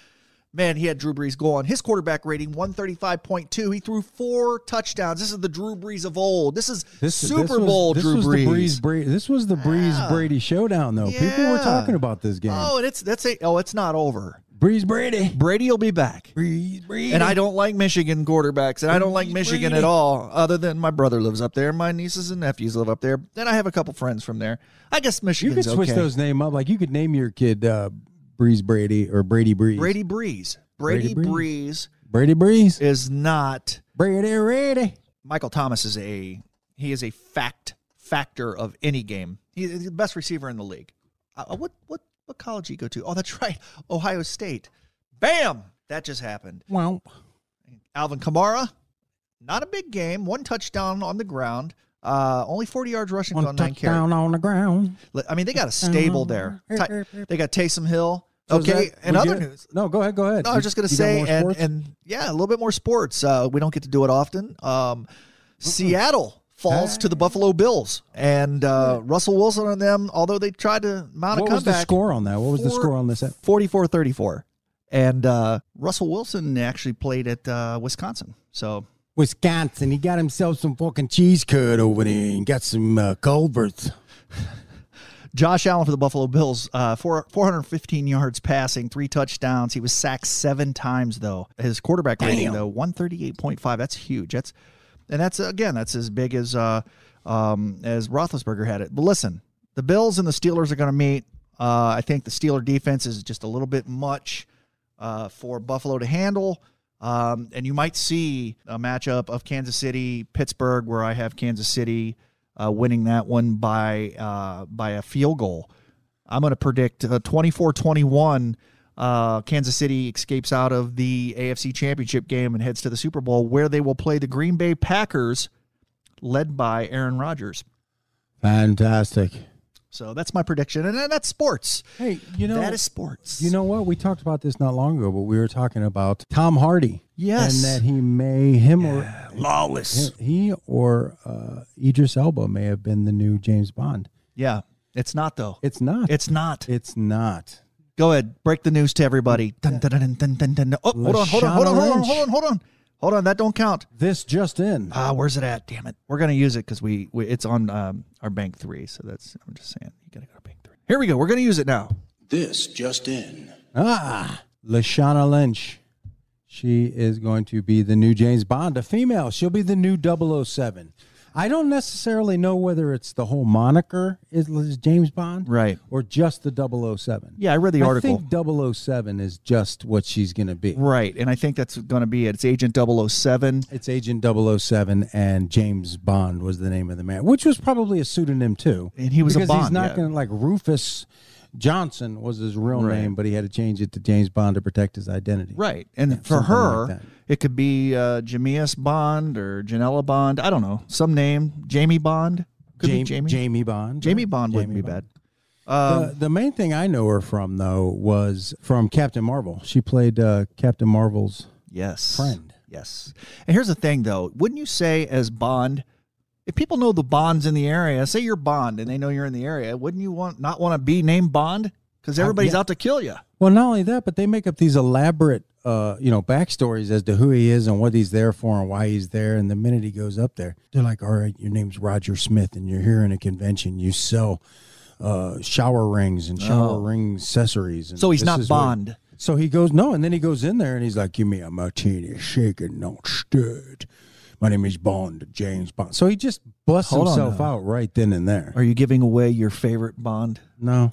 S2: man, he had Drew Brees going. His quarterback rating 135.2. He threw four touchdowns. This is the Drew Brees of old. This is Super
S1: was-
S2: Bowl
S1: this
S2: Drew
S1: was
S2: Brees.
S1: The Breeze, Bra- this was the Breeze Brady showdown, though. People were
S2: Yeah.
S1: talking about this game.
S2: Oh, and it's that's a oh, it's not over.
S1: Breeze Brady.
S2: Brady will be back.
S1: Breeze Brady.
S2: And I don't like Michigan quarterbacks, and I don't like Michigan at all, other than my brother lives up there, my nieces and nephews live up there, and I have a couple friends from there. I guess
S1: You
S2: Michigan's
S1: could switch
S2: okay.
S1: those name up. Like you could name your kid uh, Breeze Brady or Brady Breeze.
S2: Brady Breeze. Brady,
S1: Brady Breeze.
S2: Breeze
S1: Brady Breeze.
S2: is not
S1: Brady Brady.
S2: Michael Thomas is a he is a fact factor of any game. He's the best receiver in the league. Uh, what what what college did he go to? Oh, that's (laughs) right, Ohio State. Bam! That just happened.
S1: Wow.
S2: Alvin Kamara, not a big game. One touchdown on the ground. Uh, only 40 yards rushing on nine carries.
S1: on the ground.
S2: Li- I mean, they got a stable there.
S1: Uh-huh. Er,
S2: Ty- They got Taysom Hill. okay. and other news.
S1: No, go ahead. Go ahead.
S2: No, I was just going to
S1: You got
S2: say,
S1: more
S2: and,
S1: sports?
S2: and yeah, a little bit more sports. Uh, we don't get to do it often.
S1: Uh-uh.
S2: Um, Seattle falls to the Buffalo Bills, and uh, Russell Wilson and them, although they tried to mount
S1: what
S2: a comeback.
S1: was the score on that? What was the score on this?
S2: 44 34. And uh, Russell Wilson actually played at uh, Wisconsin. So
S1: Wisconsin. He got himself some fucking cheese curd over there and got some uh, Culverts.
S2: Josh Allen for the Buffalo Bills, uh, four, 415 yards passing, three touchdowns. He was sacked seven times, though. His quarterback rating, though, 138.5. That's huge. That's and that's again, that's as big as uh, um, as Roethlisberger had it. But listen, the Bills and the Steelers are going to meet. Uh, I think the Steeler defense is just a little bit much uh, for Buffalo to handle. Um, and you might see a matchup of Kansas City Pittsburgh, where I have Kansas City uh, winning that one by uh, by a field goal. I'm going to predict uh, 24-21. Uh, Kansas City escapes out of the AFC Championship game and heads to the Super Bowl, where they will play the Green Bay Packers, led by Aaron Rodgers.
S1: Fantastic.
S2: So that's my prediction, and that's sports.
S1: Hey, you know
S2: that is sports.
S1: You know what? We talked about this not long ago, but we were talking about Tom Hardy.
S2: Yes.
S1: And that he may, him or
S2: lawless.
S1: he or uh, Idris Elba may have been the new James Bond.
S2: Yeah, it's not though.
S1: It's not.
S2: It's not.
S1: It's not.
S2: Go ahead, break the news to everybody. Dun, dun, dun, dun, dun, dun, dun. Oh, hold on, hold on, hold on, hold on, hold on, hold on, hold on. That don't count.
S1: This just in.
S2: Ah, where's it at? Damn it. We're gonna use it because we, we it's on um, our bank three. So that's I'm just saying you gotta go to bank three. Here we go. We're gonna use it now.
S5: This just in.
S1: Ah, Lashana Lynch. She is going to be the new James Bond, a female. She'll be the new 007. I don't necessarily know whether it's the whole moniker is is James Bond,
S2: Right.
S1: or just the 007.
S2: Yeah, I read the article.
S1: I think 007 is just what she's going to be.
S2: Right, and I think that's gonna be it. It's Agent 007.
S1: It's Agent 007 and James Bond was the name of the man, which was probably a pseudonym too.
S2: And he was a
S1: because He's
S2: Bond,
S1: not
S2: yeah.
S1: going to like Rufus Johnson was his real name, but he had to change it to James Bond to protect his identity.
S2: Right, and for
S1: something like
S2: her,
S1: that.
S2: it could be uh, Jameis Bond or Janella Bond. I don't know some name. Jamie Bond could
S1: Jamie,
S2: be Jamie.
S1: Jamie Bond.
S2: Jamie
S1: right?
S2: Bond wouldn't
S1: Jamie
S2: be
S1: Bond.
S2: bad. Um,
S1: the, the main thing I know her from though was from Captain Marvel. She played uh, Captain Marvel's
S2: Yes.
S1: Friend.
S2: Yes. And here's the thing, though. Wouldn't you say, as Bond, if people know the Bonds in the area, say you're Bond and they know you're in the area, wouldn't you want not want to be named Bond? Because everybody's
S1: Uh, yeah.
S2: out to kill you.
S1: Well, not only that, but they make up these elaborate, uh, you know, backstories as to who he is and what he's there for and why he's there. And the minute he goes up there, they're like, "All right, your name's Roger Smith, and you're here in a convention. You sell uh, shower rings and shower ring accessories." And
S2: Oh. So he's
S1: this
S2: not
S1: is what-
S2: Bond.
S1: So he goes, no. And then he goes in there and he's like, give me a martini, shaken, not stirred. My name is Bond, James Bond. So he just busts
S2: Hold on
S1: himself
S2: now.
S1: out right then and there.
S2: Are you giving away your favorite Bond?
S1: No.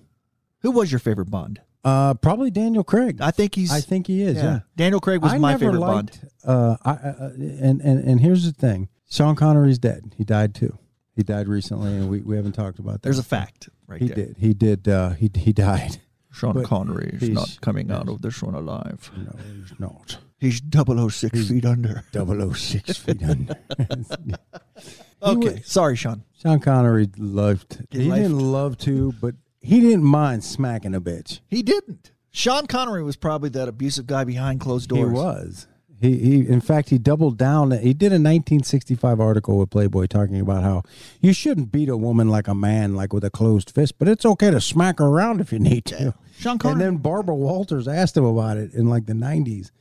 S2: Who was your favorite Bond?
S1: Uh, probably Daniel Craig.
S2: I think he's.
S1: I think he is. Yeah.
S2: Daniel Craig was
S1: I
S2: my
S1: never
S2: favorite Bond.
S1: liked, Uh, I, uh, and, and, and here's the thing Sean Connery's dead. He died too. He died recently, and we, we haven't talked about that.
S2: There's a fact right
S1: he
S2: there.
S1: did. He did. Uh, he, he died. (laughs)
S2: Sean
S1: But
S2: Connery is
S1: he's-
S2: not coming out of this one alive.
S1: No, he's not.
S2: He's 006 feet under.
S1: 006 feet under. (laughs)
S2: Okay,
S1: was-
S2: sorry, Sean.
S1: Sean Connery loved. He,
S2: He liked.
S1: didn't love to, but he didn't mind smacking a bitch.
S2: He didn't. Sean Connery was probably that abusive guy behind closed doors.
S1: He was. He, he in fact he doubled down he did a 1965 article with playboy talking about how you shouldn't beat a woman like a man like with a closed fist but it's okay to smack her around if you need to
S2: Sean
S1: and
S2: Connery.
S1: then barbara walters asked him about it in like the 90s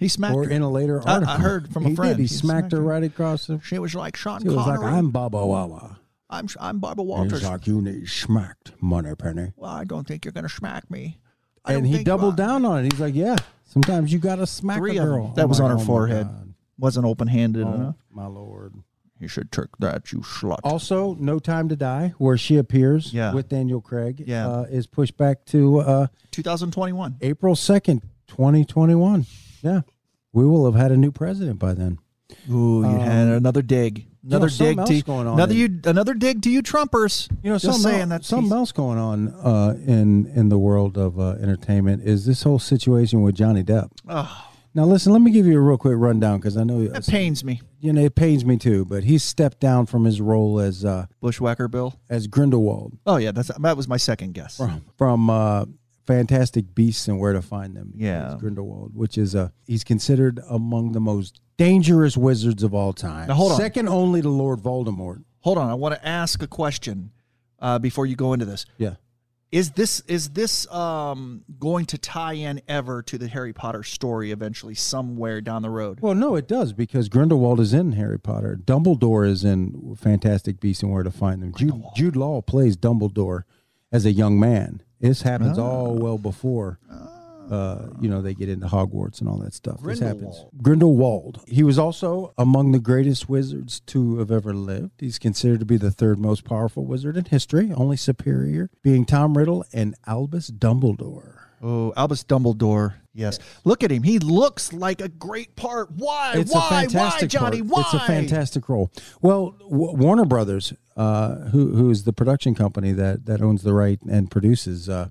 S2: He smacked
S1: or
S2: her.
S1: in a later
S2: I- I
S1: article
S2: heard from a
S1: He did.
S2: friend.
S1: he,
S2: He
S1: smacked,
S2: smacked
S1: her
S2: her.
S1: right across the
S2: she was like, Sean
S1: she was
S2: Connery.
S1: like i'm baba wawa
S2: I'm, I'm Barbara
S1: and he's
S2: Walters.
S1: like you need smacked money penny
S2: well, I don't think you're going to smack me. I
S1: and
S2: don't
S1: he
S2: think you
S1: doubled
S2: are."
S1: down on it he's like yeah sometimes you gotta smack
S2: Three
S1: a
S2: of them.
S1: girl
S2: That
S1: I'm
S2: was
S1: like,
S2: on
S1: "Oh
S2: her
S1: my
S2: forehead.
S1: God.
S2: Wasn't open handed
S1: oh
S2: enough.
S1: my lord
S2: You should take that, you slut.
S1: Also, No Time to Die, where she appears
S2: Yeah.
S1: with Daniel Craig,
S2: Yeah.
S1: uh, is pushed back to uh,
S2: 2021.
S1: April 2nd, 2021. Yeah. We will have had a new president by then.
S2: Ooh, you had another dig. Another
S1: know, something
S2: dig to
S1: else going on
S2: another
S1: in-
S2: you another dig to you Trumpers.
S1: You know,
S2: just
S1: something,
S2: saying
S1: el-
S2: that
S1: something else going on uh, in, in the world of uh, entertainment is this whole situation with Johnny Depp.
S2: Oh,
S1: Now, listen, let me give you a real quick rundown because I know,
S2: that pains me.
S1: you know, it pains me too, but he stepped down from his role as, uh,
S2: Bushwhacker Bill.
S1: as Grindelwald.
S2: Oh yeah, that's that was my second guess.
S1: from from uh, Fantastic Beasts and Where to Find Them.
S2: Yeah.
S1: It's Grindelwald, which is a he's considered among the most dangerous wizards of all time.
S2: Now, hold on.
S1: second only to Lord Voldemort.
S2: Hold on, I want to ask a question uh, before you go into this.
S1: Yeah,
S2: Is this is this um, going to tie in ever to the Harry Potter story eventually somewhere down the road?
S1: Well, no, it does because Grindelwald is in Harry Potter. Dumbledore is in Fantastic Beasts and Where to Find Them. Jude, Jude Law plays Dumbledore as a young man. This happens all well before. Uh, you know they get into Hogwarts and all that stuff. This happens. Grindelwald. He was also among the greatest wizards to have ever lived. He's considered to be the third most powerful wizard in history, only superior being Tom Riddle and Albus Dumbledore.
S2: Oh, Albus Dumbledore. Yes. Look at him. He looks like a great part. Why?
S1: it's
S2: why?
S1: a fantastic
S2: why, Johnny?
S1: part.
S2: Why?
S1: It's a fantastic role. Well, w- Warner Brothers, uh, who who is the production company that that owns the right and produces uh,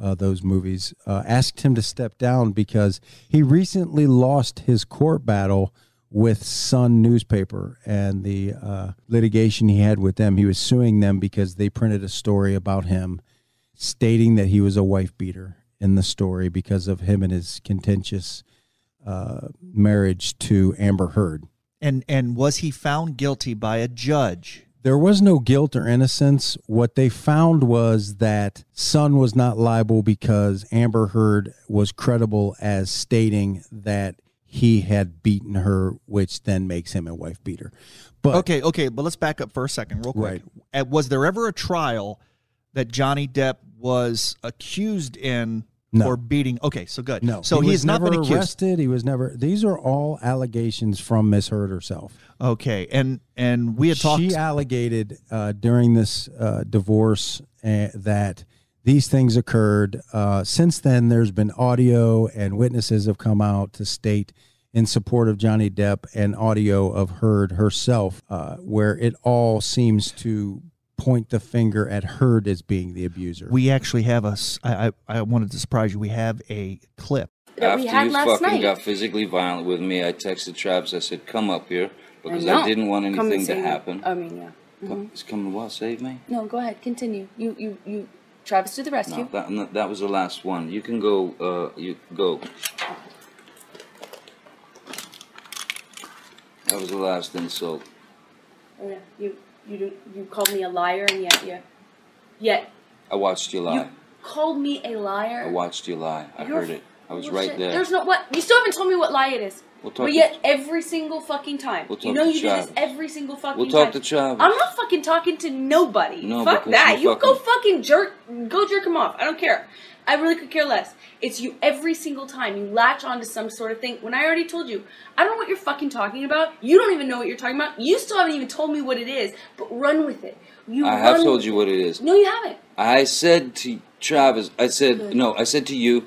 S1: uh, those movies, uh, asked him to step down because he recently lost his court battle with Sun newspaper and the uh, litigation he had with them. He was suing them because they printed a story about him stating that he was a wife beater in the story because of him and his contentious marriage to Amber Heard.
S2: And and was he found guilty by a judge?
S1: There was no guilt or innocence. What they found was that Sun was not liable because Amber Heard was credible as stating that he had beaten her, which then makes him a wife beater. But
S2: Okay, okay, but let's back up for a second, real quick.
S1: Right.
S2: Uh, Was there ever a trial that Johnny Depp was accused in
S1: No.
S2: for beating? Okay, so good.
S1: no,
S2: so he,
S1: was
S2: has not
S1: never
S2: been accused.
S1: arrested. He was never. These are all allegations from Miss Heard herself.
S2: Okay, and and we had talked.
S1: She allegated uh, during this uh, divorce uh, that these things occurred. Uh, since then, there's been audio and witnesses have come out to state in support of Johnny Depp and audio of Heard herself, uh, where it all seems to point the finger at Heard as being the abuser.
S2: we actually have a. s- I, I I wanted to surprise you. We have a clip.
S6: that
S7: After
S6: we had
S7: you
S6: last
S7: fucking
S6: night.
S7: got physically violent with me, I texted Travis. I said, "Come up here," because
S6: No.
S7: I didn't want
S6: Come and
S7: anything to
S6: save me. Uh-huh.
S7: happen.
S6: I mean, yeah.
S7: Come- It's coming. What? Save me?
S6: No, go ahead. Continue. You, you, you. Travis to the
S7: No,
S6: rescue.
S7: that no, that was the last one. You can go. Uh, you go. That was the last insult.
S6: Oh, yeah. You, you, do, you called me a liar, and yet, yeah, yet
S7: I watched you lie.
S6: you called me a liar.
S7: I watched you lie. Oh, I
S6: You're
S7: heard it. I was
S6: bullshit.
S7: right there.
S6: There's no what. You still haven't told me what lie it is.
S7: We'll
S6: but
S7: talk to-
S6: yet, every single fucking time,
S7: We'll
S6: you
S7: talk
S6: know,
S7: to
S6: you do this
S7: Travis.
S6: every single fucking
S7: We'll
S6: time.
S7: talk to Travis.
S6: I'm not fucking talking to nobody.
S7: No,
S6: Fuck
S7: because
S6: that.
S7: you
S6: You go
S7: fucking-
S6: fucking jerk. Go jerk him off. I don't care. I really could care less. It's you every single time you latch onto some sort of thing. When I already told you, I don't know what you're fucking talking about. You don't even know what you're talking about. You still haven't even told me what it is. But run with it. You.
S7: I have
S6: run-
S7: told you what it is.
S6: No, you haven't.
S7: I said to Travis, I said, no, I said to you,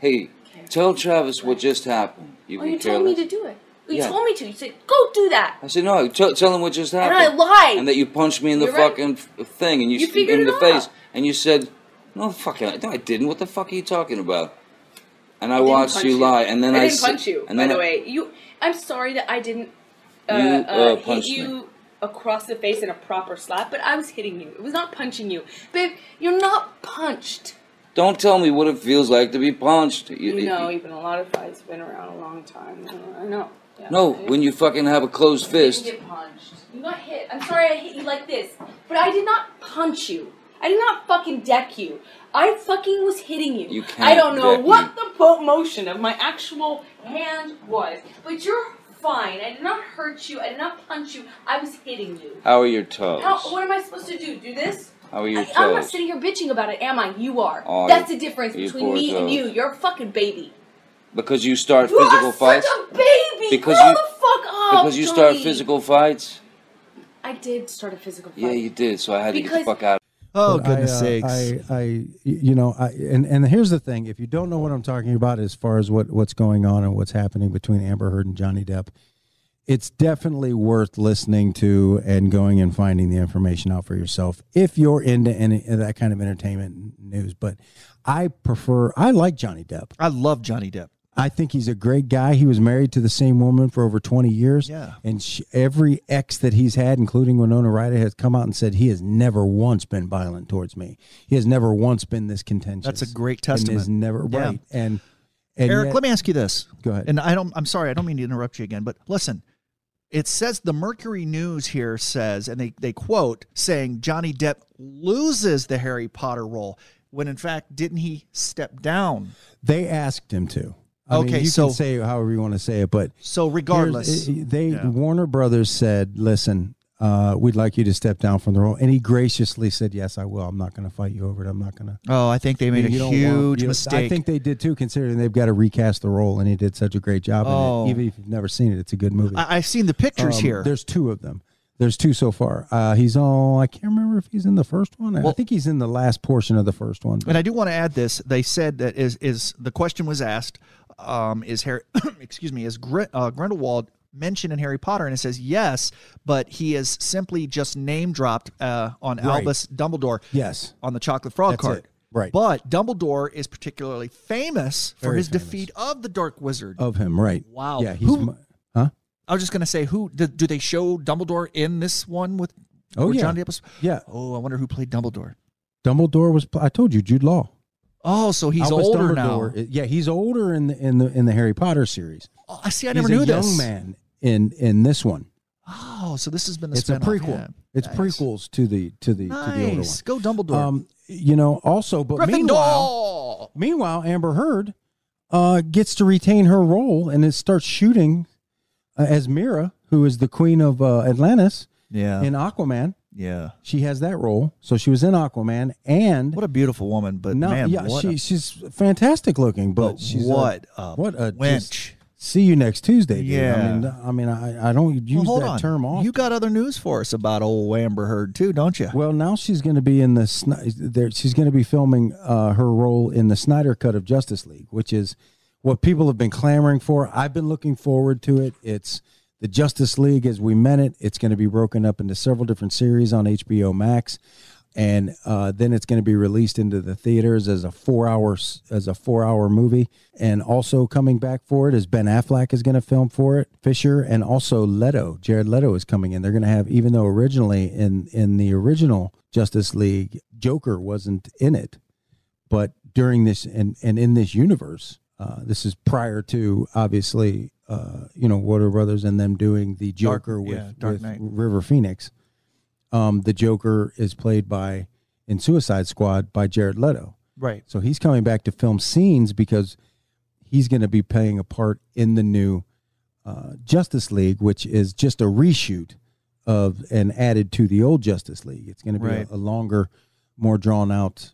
S7: hey, tell Travis what just happened. You
S6: Well,
S7: can
S6: Oh, you
S7: care
S6: told me
S7: less."
S6: to do it. You
S7: Yeah.
S6: told me to. You said go do that.
S7: I said, no, tell, tell him what just
S6: I
S7: happened.
S6: lied.
S7: And that you punched me in the
S6: You're right.
S7: fucking f thing and you,
S6: You
S7: s-
S6: figured
S7: in
S6: it
S7: the
S6: out.
S7: face. And you said, no, fucking, I- no, I didn't. What the fuck are you talking about? And I,
S6: I didn't
S7: watched
S6: punch
S7: you, lie. And then I,
S6: didn't
S7: s-
S6: punch you.
S7: and
S6: by
S7: then
S6: the
S7: I-
S6: way, you. I'm sorry that I didn't. Uh,
S7: You,
S6: uh,
S7: uh,
S6: hit
S7: punched
S6: you
S7: me.
S6: across the face in a proper slap, but I was hitting you. It was not punching you, babe. You're not punched.
S7: Don't tell me what it feels like to be punched. You-
S6: You
S7: you-
S6: know, even a lot of fights been around a long time. I know. Yeah.
S7: No, when you fucking have a closed
S6: You
S7: fist.
S6: didn't get punched. You got hit. I'm sorry I hit you like this, but I did not punch you. I did not fucking deck you. I fucking was hitting you.
S7: You
S6: I
S7: can't
S6: don't know
S7: deck
S6: what
S7: me.
S6: the po- motion of my actual hand was, but you're fine. I did not hurt you. I did not punch you. I was hitting you.
S7: How are your toes?
S6: How, what am I supposed to do? Do this?
S7: How are your
S6: I, I'm not
S7: toes?
S6: sitting here bitching about it, am I? You are.
S7: Oh,
S6: That's the
S7: you-
S6: difference
S7: you
S6: between
S7: poor
S6: me and
S7: toes.
S6: you. You're a fucking baby.
S7: Because you start
S6: You
S7: physical
S6: are
S7: fights?
S6: such a baby.
S7: Because
S6: Grow
S7: you-
S6: the fuck up,
S7: Because you start
S6: Johnny.
S7: physical fights?
S6: I did start a physical fight.
S7: Yeah, you did. So I had to
S6: Because-
S7: get the fuck out.
S2: Oh
S1: But I,
S2: goodness
S1: uh, I,
S2: sakes!
S1: I, you know, I, and and here's the thing: if you don't know what I'm talking about as far as what what's going on and what's happening between Amber Heard and Johnny Depp, it's definitely worth listening to and going and finding the information out for yourself if you're into any that kind of entertainment news. But I prefer, I like Johnny Depp.
S2: I love Johnny Depp.
S1: I think he's a great guy. He was married to the same woman for over 20 years.
S2: Yeah.
S1: And she, every ex that he's had, including Winona Ryder, has come out and said he has never once been violent towards me. He has never once been this contentious.
S2: That's a great
S1: And
S2: testament.
S1: is never
S2: Yeah.
S1: right. And, and
S2: Eric,
S1: yet-
S2: let me ask you this.
S1: Go ahead.
S2: And I don't. I'm sorry. I don't mean to interrupt you again. But listen, it says the Mercury News here says, and they they quote saying Johnny Depp loses the Harry Potter role when in fact didn't he step down?
S1: they asked him to. I mean,
S2: Okay,
S1: you
S2: so-
S1: can say it however you want to say it, but
S2: So
S1: Here's-
S2: regardless,
S1: it- they
S2: Yeah.
S1: Warner Brothers said, "Listen, uh, we'd like you to step down from the role," and he graciously said, "Yes, I will. I'm not going to fight you over it. I'm not going to."
S2: oh, I think they made
S1: You
S2: a
S1: don't want-
S2: huge
S1: you-
S2: mistake.
S1: I think they did too, considering they've got to recast the role, and he did such a great job.
S2: Oh.
S1: in it. Even if you've never seen it, it's a good movie.
S2: I, have seen the pictures
S1: Um,
S2: here.
S1: There's two of them. There's two so far. Uh, he's all. I can't remember if he's in the first one. I
S2: Well-
S1: think he's in the last portion of the first one. but-
S2: And I do want to add this. They said that is is the question was asked, um, is Harry, (coughs) excuse me, is Gr- uh, Grindelwald mentioned in Harry Potter? And it says yes, but he is simply just name dropped uh, on
S1: Right.
S2: Albus Dumbledore.
S1: Yes.
S2: on the Chocolate Frog
S1: That's
S2: card.
S1: it. Right.
S2: But Dumbledore is particularly famous for
S1: Very
S2: his
S1: famous.
S2: defeat of the Dark Wizard.
S1: of him, right?
S2: Wow.
S1: Yeah. He's.
S2: Who-
S1: mu- huh.
S2: I was just gonna say, who do, do they show Dumbledore in this one with?
S1: Oh,
S2: where
S1: yeah.
S2: John Depp was-
S1: Yeah.
S2: Oh, I wonder who played Dumbledore.
S1: Dumbledore was. I told you, Jude Law.
S2: Oh, so he's
S1: Albus
S2: older now.
S1: Dumbledore- Yeah, he's older in the in the in the Harry Potter series.
S2: Oh, I see. I never
S1: he's
S2: knew
S1: a
S2: this.
S1: young man in in this one.
S2: Oh, so this has been a
S1: It's a
S2: spin-off.
S1: prequel.
S2: Yeah.
S1: It's
S2: Nice.
S1: prequels to the to the to the older one.
S2: Nice. Go Dumbledore.
S1: Um, you know, also, but meanwhile,
S2: Gryffindor.
S1: meanwhile, Amber Heard uh, gets to retain her role and it starts shooting uh, as Mira, who is the queen of uh, Atlantis
S2: Yeah.
S1: in Aquaman.
S2: yeah.
S1: She has that role, so she was in Aquaman and.
S2: What a beautiful woman, but
S1: no,
S2: man,
S1: yeah,
S2: what
S1: she,
S2: a,
S1: she's fantastic looking, but,
S2: but
S1: she's a-
S2: what a
S1: what a just-
S2: wench.
S1: see you next Tuesday. Dude.
S2: Yeah.
S1: I mean, I mean, I, I don't use
S2: Well, hold
S1: that
S2: on.
S1: term often.
S2: You got other news for us about old Amber Heard too, don't you?
S1: Well, now she's going to be in the Sni- there. She's going to be filming uh, her role in the Snyder Cut of Justice League, which is what people have been clamoring for. I've been looking forward to it. It's the Justice League as we meant it. It's going to be broken up into several different series on HBO Max, and uh, then it's going to be released into the theaters as a four hour as a four hour movie. And also coming back for it is Ben Affleck is going to film for it. Fisher and also Leto, Jared Leto is coming in. They're going to have even though originally in in the original Justice League, Joker wasn't in it, but during this and and in this universe, uh, this is prior to obviously. Uh, you know, Warner Brothers and them doing the
S2: Dark-
S1: Joker with,
S2: yeah, Dark
S1: with
S2: Knight.
S1: River Phoenix. Um, the Joker is played by in Suicide Squad by Jared Leto.
S2: right.
S1: So he's coming back to film scenes because he's going to be playing a part in the new uh, Justice League, which is just a reshoot of and added to the old Justice League. It's going to be
S2: Right.
S1: a, a longer, more drawn out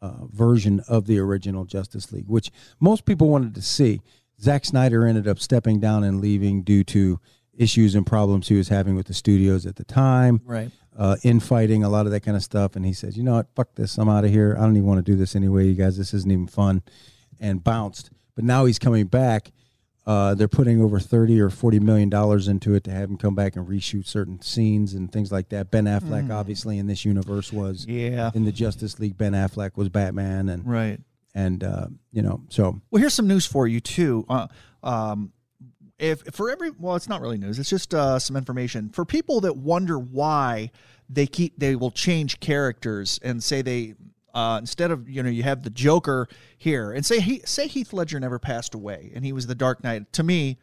S1: uh, version of the original Justice League, which most people wanted to see. Zack Snyder ended up stepping down and leaving due to issues and problems he was having with the studios at the time,
S2: Right.
S1: uh, infighting, a lot of that kind of stuff. And he said, "You know what? Fuck this. I'm out of here. I don't even want to do this anyway, you guys. This isn't even fun," and bounced. But now he's coming back. Uh, they're putting over thirty or forty million dollars into it to have him come back and reshoot certain scenes and things like that. Ben Affleck, obviously, in this universe was
S2: Mm. Yeah.
S1: in the Justice League. Ben Affleck was Batman, and
S2: Right.
S1: and uh, you know, so
S2: Well, here's some news for you too. Uh, um, if for every well, it's not really news. It's just uh, some information for people that wonder why they keep they will change characters and say they uh, instead of you know you have the Joker here and say he say Heath Ledger never passed away and he was the Dark Knight. To me,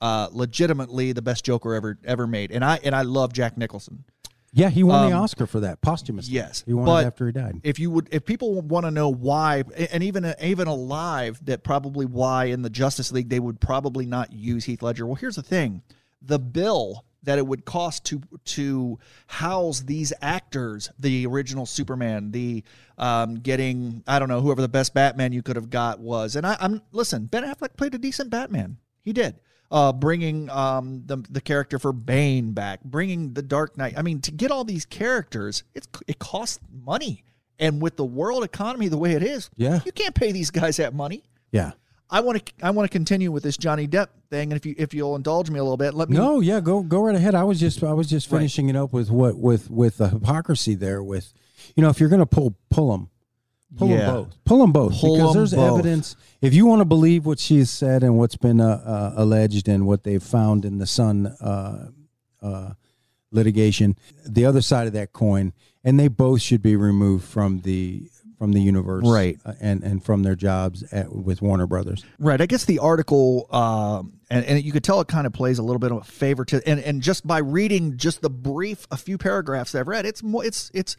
S2: uh, legitimately the best Joker ever ever made. And I and I love Jack Nicholson.
S1: yeah, he won the
S2: Um,
S1: Oscar for that posthumously.
S2: yes,
S1: he won
S2: but-
S1: it after he died.
S2: if you would if people want to know why and even even alive that probably why in the justice league they would probably not use heath ledger well here's the thing the bill that it would cost to to house these actors the original superman the um, getting i don't know whoever the best batman you could have got was and I, i'm listen ben affleck played a decent batman he did uh, bringing um, the the character for Bane back, bringing the Dark Knight. I mean, to get all these characters, it's it costs money, and with the world economy the way it is,
S1: Yeah.
S2: you can't pay these guys that money.
S1: Yeah.
S2: I want to I want to continue with this Johnny Depp thing, and if you if you'll indulge me a little bit, let me.
S1: No, yeah, go go right ahead. I was just I was just
S2: Right.
S1: finishing it up with what with with the hypocrisy there with, you know, if you're gonna pull pull them, pull
S2: Yeah.
S1: them both, pull them both
S2: Pull
S1: because
S2: 'em
S1: there's
S2: both.
S1: evidence. If you want to believe what she's said and what's been uh, uh, alleged and what they've found in the Sun uh, uh, litigation, the other side of that coin, and they both should be removed from the from the universe,
S2: Right.
S1: uh, and and from their jobs at, with Warner Brothers.
S2: Right. I guess the article, um, and, and you could tell it kind of plays a little bit of a favor to, and, and just by reading just the brief, a few paragraphs that I've read, it's more, it's, it's,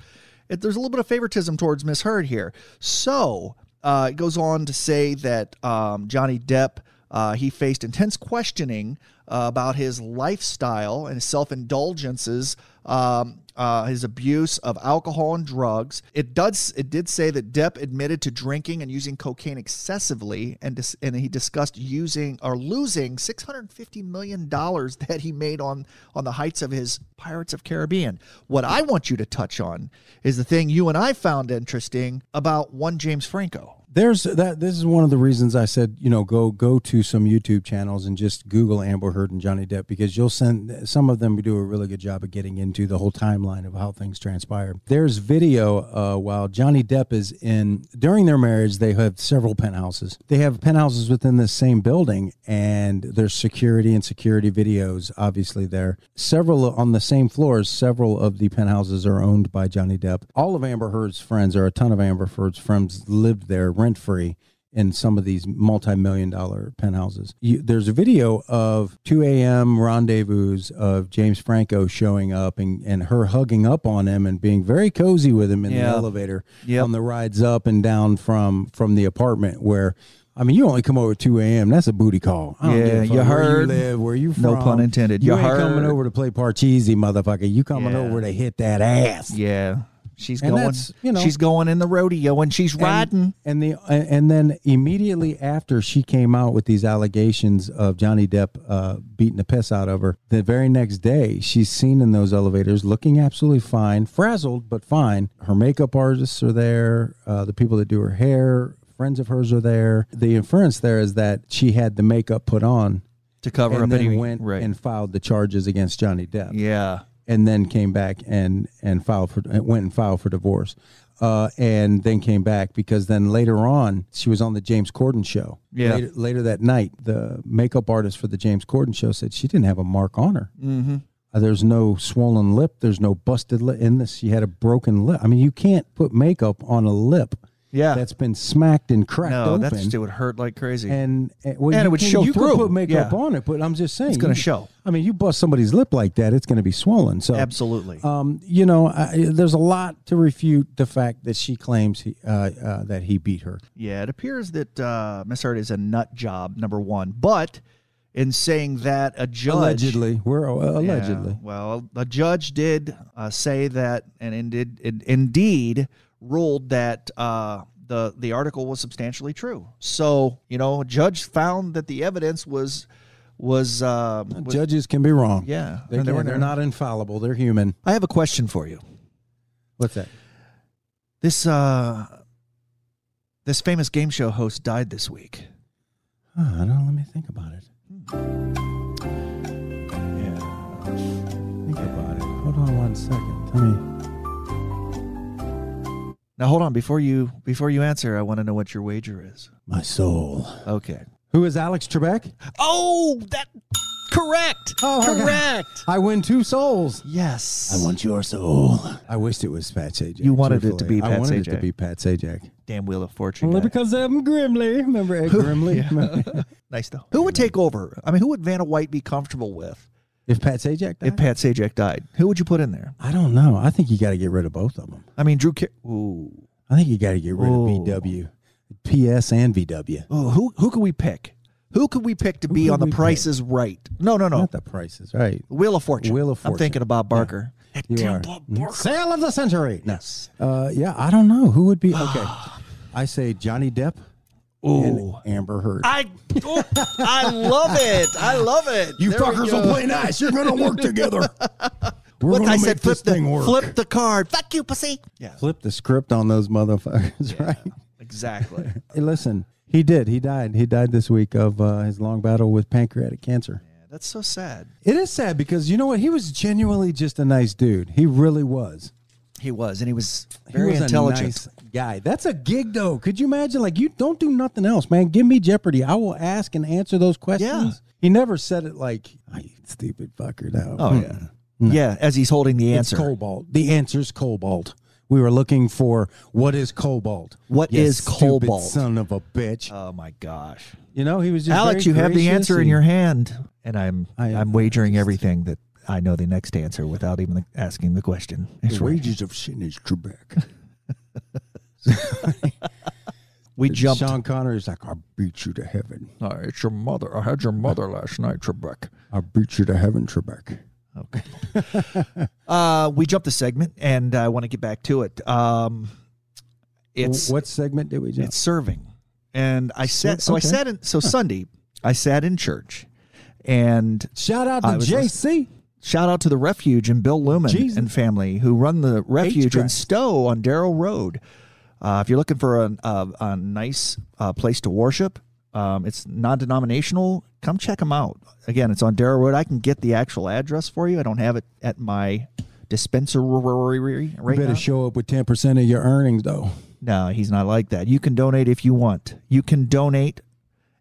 S2: it, there's a little bit of favoritism towards Miss Heard here. So uh, it goes on to say that um, Johnny Depp, uh, he faced intense questioning uh, about his lifestyle and his self indulgences, um, uh, his abuse of alcohol and drugs. It does. It did say that Depp admitted to drinking and using cocaine excessively, and dis- and he discussed using or losing six hundred fifty million dollars that he made on on the heights of his Pirates of Caribbean. What I want you to touch on is the thing you and I found interesting about one James Franco.
S1: there's that this is one of the reasons I said, you know, go go to some YouTube channels and just Google Amber Heard and Johnny Depp because you'll send some of them do a really good job of getting into the whole timeline of how things transpired. There's video uh, while Johnny Depp is in during their marriage, they have several penthouses. They have penthouses within the same building and there's security and security videos obviously there. Several on the same floors, several of the penthouses are owned by Johnny Depp. All of Amber Heard's friends or a ton of Amber Heard's friends lived there rent free in some of these multi-million dollar penthouses. You, there's a video of 2 a.m. rendezvous of James Franco showing up and, and her hugging up on him and being very cozy with him in the
S2: Yeah.
S1: elevator
S2: Yep.
S1: on the rides up and down from from the apartment where I mean you only come over at 2 a.m. That's a booty call. I don't
S2: Yeah,
S1: give a fuck
S2: you
S1: where you
S2: heard.
S1: live, where you from.
S2: No pun intended.
S1: You,
S2: You
S1: ain't coming
S2: heard.
S1: over to play parcheesi, motherfucker. You coming
S2: Yeah.
S1: over to hit that ass.
S2: Yeah, she's
S1: And
S2: going.
S1: that's, you know-
S2: she's going in the rodeo and she's riding.
S1: And the and then immediately after she came out with these allegations of Johnny Depp uh, beating the piss out of her, the very next day she's seen in those elevators looking absolutely fine, frazzled but fine. Her makeup artists are there, uh, the people that do her hair, friends of hers are there. The inference there is that she had the makeup put on
S2: to cover
S1: and
S2: up
S1: then
S2: any
S1: went
S2: right.
S1: and filed the charges against Johnny Depp
S2: yeah.
S1: and then came back and and filed for went and filed for divorce, uh, and then came back because then later on she was on the James Corden show.
S2: Yeah.
S1: Later, later that night, the makeup artist for the James Corden show said she didn't have a mark on her. Mm-hmm. There's no swollen lip. There's no busted lip in this. She had a broken lip. I mean, you can't put makeup on a lip
S2: Yeah.
S1: that's been smacked and cracked
S2: no,
S1: open.
S2: that's it would hurt like crazy.
S1: uh, and and, well,
S2: And
S1: you
S2: it would
S1: can-
S2: show
S1: you could
S2: through.
S1: put makeup
S2: Yeah.
S1: on it, but I'm just saying
S2: It's gonna
S1: you-
S2: show.
S1: I mean, you bust somebody's lip like that, it's going to be swollen. So
S2: Absolutely.
S1: um, you know, I, there's a lot to refute the fact that she claims he, uh, uh, that he beat her.
S2: Yeah, it appears that uh, Miss Hart is a nut job, number one. But in saying that, a judge
S1: Allegedly, we're uh,
S2: Yeah,
S1: allegedly.
S2: well, a judge did uh, say that, and, and did and indeed ruled that uh, the the article was substantially true. So you know, a judge found that the evidence was was, um, was-
S1: Judges can be wrong.
S2: Yeah.
S1: They
S2: And they
S1: can,
S2: were-
S1: they're not infallible. They're human.
S2: I have a question for you.
S1: What's that?
S2: This uh, this famous game show host died this week.
S1: Huh, Ah, I don't know. Let me think about it.
S2: Yeah.
S1: Think about it. Hold on one second. Let me.
S2: Now hold on before you before you answer. I want to know what your wager is.
S1: My soul.
S2: Okay.
S1: Who is Alex Trebek?
S2: Oh, that correct.
S1: Oh, my God.
S2: correct.
S1: I win two souls.
S2: Yes.
S1: want your soul. I wished it was Pat Sajak.
S2: You wanted it to
S1: truthfully.
S2: be
S1: I
S2: Pat
S1: wanted it to
S2: Sajak.
S1: be Pat Sajak.
S2: damn wheel of fortune. guy.
S1: because I'm Grimly. Remember Ed (laughs) Grimly?
S2: nice though. Who would take over? I mean, who would Vanna White be comfortable with
S1: if Pat Sajak died?
S2: if Pat Sajak died? Who would you put in there?
S1: I don't know. I think you got to get rid of both of them.
S2: I mean, Drew. Car- Ooh.
S1: I think you got to get rid
S2: Oh.
S1: of BW, PS, and VW.
S2: Oh, who who could we pick? Who could we pick to be
S1: could
S2: on the
S1: we
S2: Price is Right? No, no, no.
S1: Not the prices, right?
S2: Wheel of Fortune.
S1: Wheel of
S2: I'm
S1: Fortune.
S2: thinking about Barker. That
S1: You
S2: damn
S1: are.
S2: Bob
S1: Mhm.
S2: Barker.
S1: Sale of the century. No.
S2: Yes.
S1: Uh, yeah, I don't know who would be. Okay, I say Johnny Depp and
S2: Ooh.
S1: Amber Heard.
S2: I oh, I love it. I love it. There we go.
S1: nice. You're gonna (laughs) work together. We're
S2: What
S1: gonna
S2: I
S1: make
S2: said, flip
S1: this
S2: the
S1: thing work.
S2: flip the card. Fuck you, pussy. Yeah,
S1: Flip the script on those motherfuckers, right?
S2: (laughs) exactly.
S1: Hey, listen, he did. He died. He died this week of uh, his long battle with pancreatic cancer.
S2: Yeah, that's so sad.
S1: It is sad because you know what? He was genuinely just a nice dude. He really was.
S2: He was, and he was
S1: He
S2: very
S1: was a
S2: intelligent.
S1: nice guy. That's a gig though. Could you imagine? Like you don't do nothing else, man. Give me Jeopardy. I will ask and answer those questions.
S2: Yeah.
S1: He never said it like, I stupid fucker now.
S2: Oh yeah, yeah. As he's holding the
S1: It's
S2: answer,
S1: cobalt. The answer's cobalt. We were looking for what is cobalt?
S2: What
S1: What is
S2: is cobalt?
S1: Son of a bitch.
S2: oh my gosh,
S1: you know, he was just
S2: Alex, you
S1: very
S2: have the
S1: gracious
S2: answer in
S1: and-
S2: your hand, and I'm I,
S1: I-
S2: am i am wagering everything that I know the next answer without even asking the question. It's
S1: The
S2: right.
S1: wages of sin is Trebek.
S2: We (laughs) jumped.
S1: Sean Connery's like, I beat you to heaven.
S2: "Oh, it's your mother. I had your mother last night, Trebek.
S1: I beat you to heaven, Trebek.
S2: Okay. uh, we jumped the segment, and I want to get back to it. Um, it's
S1: what segment did we jump?
S2: it's serving, and I sat. So I
S1: okay.
S2: sat in. So Sunday, I sat in church, and
S1: Shout out
S2: I
S1: to
S2: was
S1: JC.
S2: shout out to the refuge and Bill Lumen
S1: Jesus.
S2: and family who run the refuge in
S1: Christ.
S2: Stowe on Darrow Road. Uh, if you're looking for an, uh, a nice uh, place to worship, um, it's non-denominational. Come check them out. Again, it's on Darrow Road. I can get the actual address for you. I don't have it at my dispensary right
S1: You better
S2: now.
S1: show up with 10% of your earnings, though.
S2: No, he's not like that. You can donate if you want. You can donate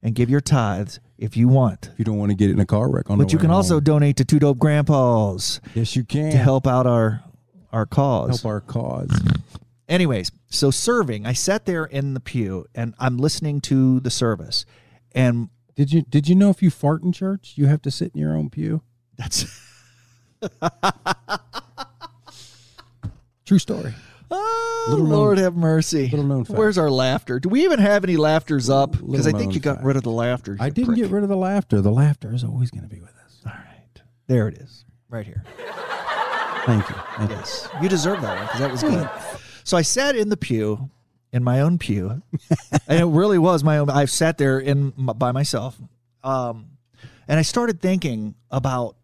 S2: and give your tithes if you want.
S1: If you don't want to get in a car wreck on the
S2: But you
S1: way
S2: can also
S1: home.
S2: donate to Two Dope Grandpas
S1: Yes, you can.
S2: to help out our our cause.
S1: help our cause.
S2: Anyways, so serving, I sat there in the pew and I'm listening to the service, and
S1: Did you did you know if you fart in church, you have to sit in your own pew?
S2: that's (laughs)
S1: True story.
S2: oh
S1: Little known-
S2: Lord have mercy.
S1: little known fact.
S2: Where's our laughter? Do we even have any laughters up? Because
S1: Little
S2: I think
S1: known
S2: you got
S1: fact.
S2: rid of the laughter.
S1: I
S2: you
S1: didn't
S2: prick.
S1: get rid of the laughter. The laughter is always going to be with us.
S2: All right, there it is, right (laughs) here.
S1: Thank you. Thank you.
S2: Yes, you deserve that one because that was good. (laughs) So I sat in the pew, in my own (laughs) pew, and it really was my own. I sat there in m- by myself, um, and I started thinking about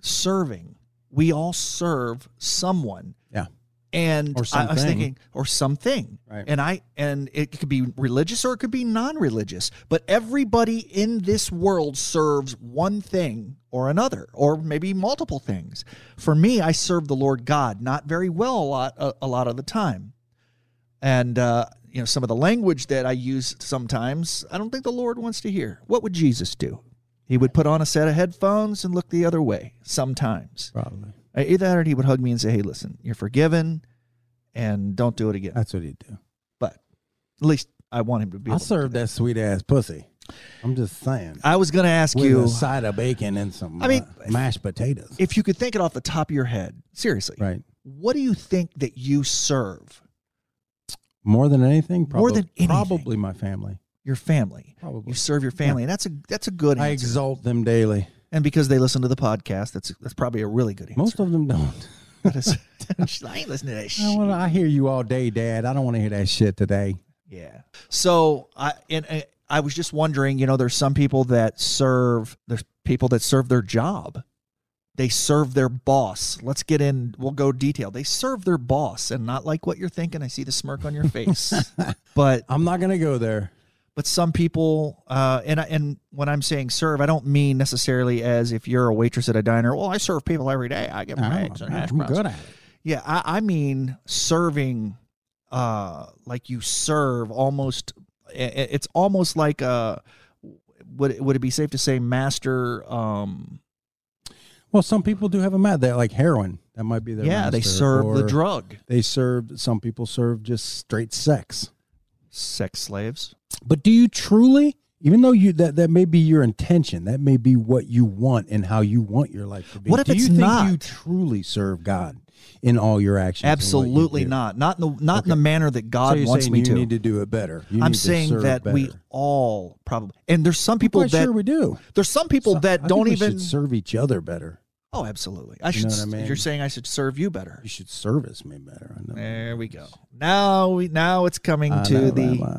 S2: serving. We all serve someone,
S1: Yeah.
S2: and
S1: Or
S2: I, I was
S1: something.
S2: thinking, or something,
S1: Right.
S2: and I and it could be religious or it could be non-religious, but everybody in this world serves one thing or another, or maybe multiple things. For me, I serve the Lord God not very well a lot a, a lot of the time, and uh, you know some of the language that I use sometimes I don't think the Lord wants to hear. What would Jesus do? He would put on a set of headphones and look the other way sometimes.
S1: Probably.
S2: Uh, Either that or he would hug me and say, Hey, listen, you're forgiven and don't do it again.
S1: That's what you do.
S2: but at least I want him to be.
S1: I
S2: able to-
S1: served that sweet ass pussy. I'm just saying.
S2: I was going to ask
S1: With
S2: you
S1: a side of bacon and some
S2: I mean-
S1: uh, mashed potatoes.
S2: if you could think it off the top of your head, seriously,
S1: right.
S2: what do you think that you serve
S1: More than anything, probably,
S2: More than anything.
S1: probably my family.
S2: your family?
S1: Probably.
S2: You serve your family. And that's a that's a good
S1: I
S2: answer.
S1: exalt them daily.
S2: and because they listen to the podcast, that's that's probably a really good answer. (laughs)
S1: Most of them don't. (laughs)
S2: That is- She's like, I ain't listening to that
S1: I,
S2: shit.
S1: wanna, I hear you all day, Dad. I don't want to hear that shit today.
S2: Yeah. So I and, and I was just wondering, you know, there's some people that serve there's people that serve their job. They serve their boss. Let's get in. We'll go detail. They serve their boss, and not like what you're thinking. I see the smirk on your face. but
S1: I'm not gonna go there.
S2: but some people, uh, and I- and when I'm saying serve, I don't mean necessarily as if you're a waitress at a diner. Well, I serve people every day. I give them
S1: I'm,
S2: eggs and hash
S1: Oh, I'm
S2: browns.
S1: good at it.
S2: Yeah, I, I mean serving, uh, like you serve almost. i- i- It's almost like a. Would it- would it be safe to say master? Um,
S1: Well, some people do have a mad that like heroin. That might be their
S2: yeah, they
S1: master,
S2: serve the
S1: or
S2: drug.
S1: They serve. Some people serve just straight sex.
S2: Sex slaves.
S1: But do you truly, even though you that that may be your intention, that may be what you want and how you want your life to be.
S2: What if
S1: do
S2: it's
S1: you think you
S2: not?
S1: truly serve God in all your actions? and what you
S2: Absolutely
S1: do?
S2: not. Not in the not in the
S1: Okay.
S2: manner that God
S1: so you're
S2: wants
S1: saying
S2: me
S1: you
S2: to.
S1: need to do it better. You
S2: I'm
S1: need to
S2: saying
S1: serve
S2: that we
S1: better.
S2: all probably and there's some people
S1: I'm quite
S2: that
S1: sure we do.
S2: there's some people
S1: So-
S2: that
S1: I
S2: don't
S1: think we
S2: even
S1: should serve each other better.
S2: oh absolutely I should
S1: know what I
S2: s-
S1: mean?
S2: you're saying I should serve you better
S1: You should service me better. I know.
S2: There we go. Now we Ah, now it's coming
S1: I
S2: to
S1: know
S2: the
S1: that much.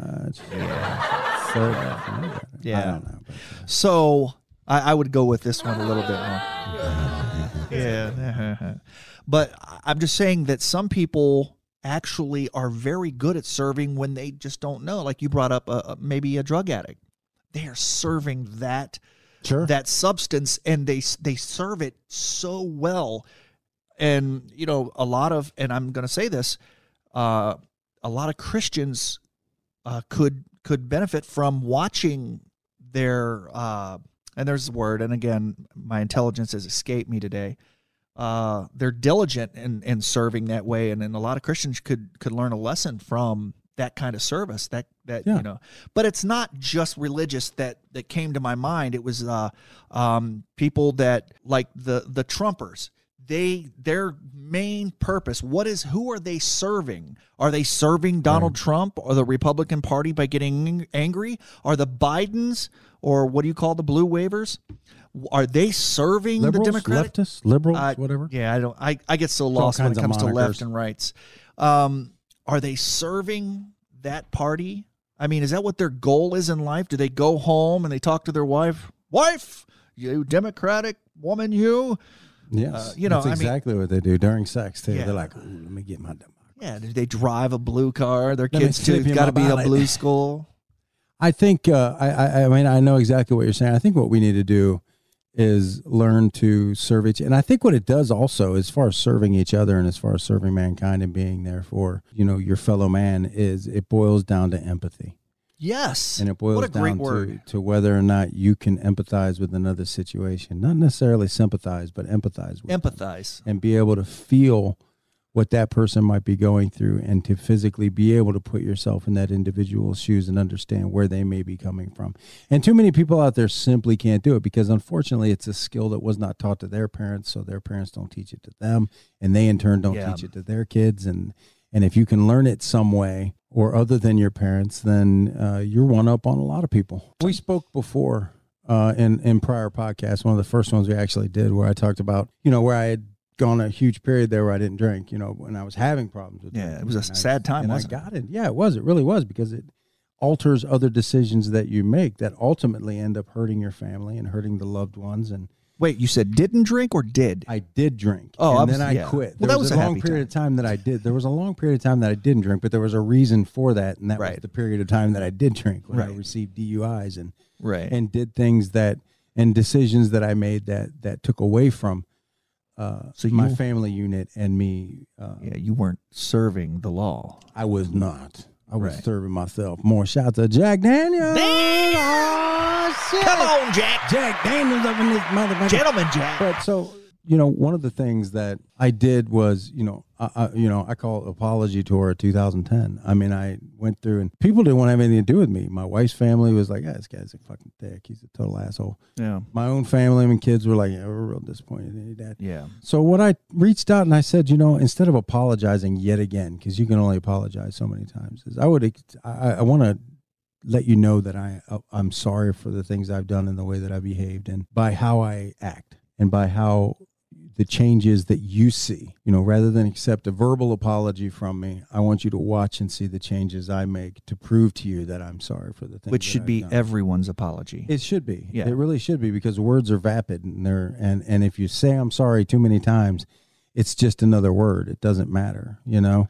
S1: Service me better. I
S2: Yeah.
S1: don't know. but-
S2: so I, I would go with this one a little bit more. Yeah, (laughs) but I- I'm just saying that some people actually are very good at serving when they just don't know. Like you brought up, a, a- maybe a drug addict. They are serving that
S1: Sure.
S2: that substance and they they serve it so well and you know a lot of and i'm going to say this uh a lot of christians uh could could benefit from watching their uh and there's the word and again my intelligence has escaped me today uh they're diligent in in serving that way and, and a lot of christians could could learn a lesson from that kind of service that that
S1: Yeah.
S2: you know but it's not just religious that that came to my mind it was uh um people that like the the trumpers they their main purpose what is who are they serving are they serving donald trump or the republican party by getting angry are the bidens or what do you call the blue waivers are they serving
S1: Liberals,
S2: Mm, the democratic
S1: leftists, liberals,
S2: uh,
S1: whatever.
S2: yeah, I don't. I, I get so lost when it
S1: kinds of
S2: comes to left
S1: monikers.
S2: and rights. Um, are they serving that party? I mean, is that what their goal is in life? Do they go home and they talk to their wife? Wife, you Democratic woman, you.
S1: Yes,
S2: Uh, you know,
S1: that's
S2: I mean-
S1: exactly what they do during sex too.
S2: Yeah.
S1: They're like, "Ooh, "Let me get my democracy."
S2: Yeah, do they drive a blue car? Their
S1: Let me
S2: kids too.
S1: slip you
S2: Got to
S1: my
S2: be a
S1: ballot.
S2: blue
S1: (laughs)
S2: school.
S1: I think uh, I, I, I mean I know exactly what you're saying. I think what we need to do is learn to serve each, and I think what it does also, as far as serving each other and as far as serving mankind and being there for you know your fellow man, is it boils down to empathy,
S2: Yes,
S1: and it boils
S2: what a
S1: down
S2: great
S1: to
S2: word.
S1: to whether or not you can empathize with another situation, not necessarily sympathize, but empathize with them
S2: Empathize.
S1: and be able to feel what that person might be going through and to physically be able to put yourself in that individual's shoes and understand where they may be coming from. And too many people out there simply can't do it because unfortunately it's a skill that was not taught to their parents, so their parents don't teach it to them and they in turn don't
S2: Yeah.
S1: teach it to their kids and and if you can learn it some way or other than your parents, then uh, you're one up on a lot of people. We spoke before uh, in in prior podcasts, one of the first ones we actually did, where I talked about you know where I had gone a huge period there where I didn't drink, you know, when I was having problems with
S2: Yeah,
S1: drinking.
S2: it was a
S1: And I-
S2: sad time,
S1: and
S2: wasn't it?
S1: I got it. Yeah, it was. It really was because it alters other decisions that you make that ultimately end up hurting your family and hurting the loved ones. And
S2: Wait, you said didn't drink or did?
S1: I did drink.
S2: Oh,
S1: and
S2: I was-
S1: then I
S2: yeah.
S1: quit.
S2: Well,
S1: There
S2: that
S1: was,
S2: was
S1: a,
S2: a
S1: long
S2: happy
S1: period of time that I did. There was a long period of time that I didn't drink, but there was a reason for that, and that was
S2: Right.
S1: the period of time that I did drink when I
S2: Right.
S1: received DUIs and
S2: right.
S1: and did things that and decisions that I made that that took away from uh,
S2: So
S1: my
S2: you-
S1: family unit and me. Uh,
S2: yeah, you weren't serving the law.
S1: I was not. I was
S2: Right.
S1: serving myself. More shout to Jack Daniels. Oh, shit.
S2: Come on, Jack.
S1: Jack Daniels up in this motherfucker.
S2: Gentleman Jack.
S1: But so you know, one of the things that I did was you know, I, I you know, I call it apology tour 2010. I mean, I went through and people didn't want to have anything to do with me. My wife's family was like, "Yeah, this guy's a fucking dick. He's a total asshole."
S2: yeah.
S1: My own family and kids were like, "Yeah, we're real disappointed in you, Dad."
S2: Yeah.
S1: So what I reached out and I said, you know, instead of apologizing yet again, because you can only apologize so many times, is I would ex- I, I want to let you know that I uh, I'm sorry for the things I've done and the way that I behaved and by how I act and by how the changes that you see. You know, rather than accept a verbal apology from me, I want you to watch and see the changes I make to prove to you that I'm sorry for the things.
S2: which
S1: that
S2: should
S1: I've
S2: be
S1: done.
S2: everyone's apology.
S1: It should be.
S2: Yeah.
S1: It really should be because words are vapid and they're and and if you say I'm sorry too many times, it's just another word. It doesn't matter, you know.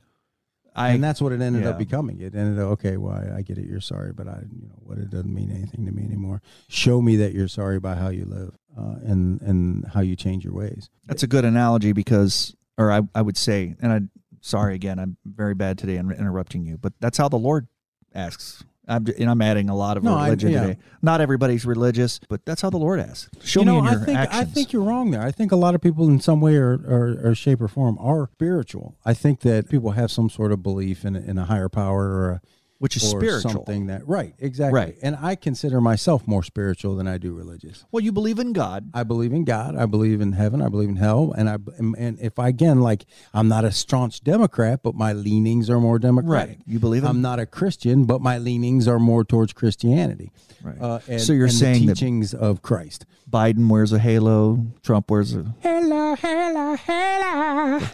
S2: I
S1: and that's what it ended
S2: yeah.
S1: up becoming. It ended up okay. Well, I, I get it. You're sorry, but I, you know, what it doesn't mean anything to me anymore. Show me that you're sorry by how you live uh, and and how you change your ways.
S2: That's a good analogy because, or I, I would say, and I, am sorry again, I'm very bad today. I'm interrupting you, but that's how the Lord asks. I'm, and I'm adding a lot of
S1: No, I-
S2: religion
S1: yeah.
S2: today. Not everybody's religious, but that's how the Lord asks. Show
S1: you know,
S2: me in your
S1: I think
S2: actions.
S1: I think you're wrong there. I think a lot of people in some way or, or, or shape or form are spiritual. I think that people have some sort of belief in, a- in a higher power or a
S2: Which is
S1: or
S2: spiritual.
S1: something that right exactly
S2: Right.
S1: And I consider myself more spiritual than I do religious.
S2: well, you believe in God.
S1: I believe in God. I believe in heaven. I believe in hell. And I and if I again like I'm not a staunch Democrat, but my leanings are more Democratic.
S2: You believe in-
S1: I'm not a Christian, but my leanings are more towards Christianity.
S2: Right.
S1: Uh, and,
S2: So you're
S1: and
S2: saying
S1: the
S2: that-
S1: teachings of Christ.
S2: Biden wears a halo. Trump wears a
S1: Hello, hello, hello.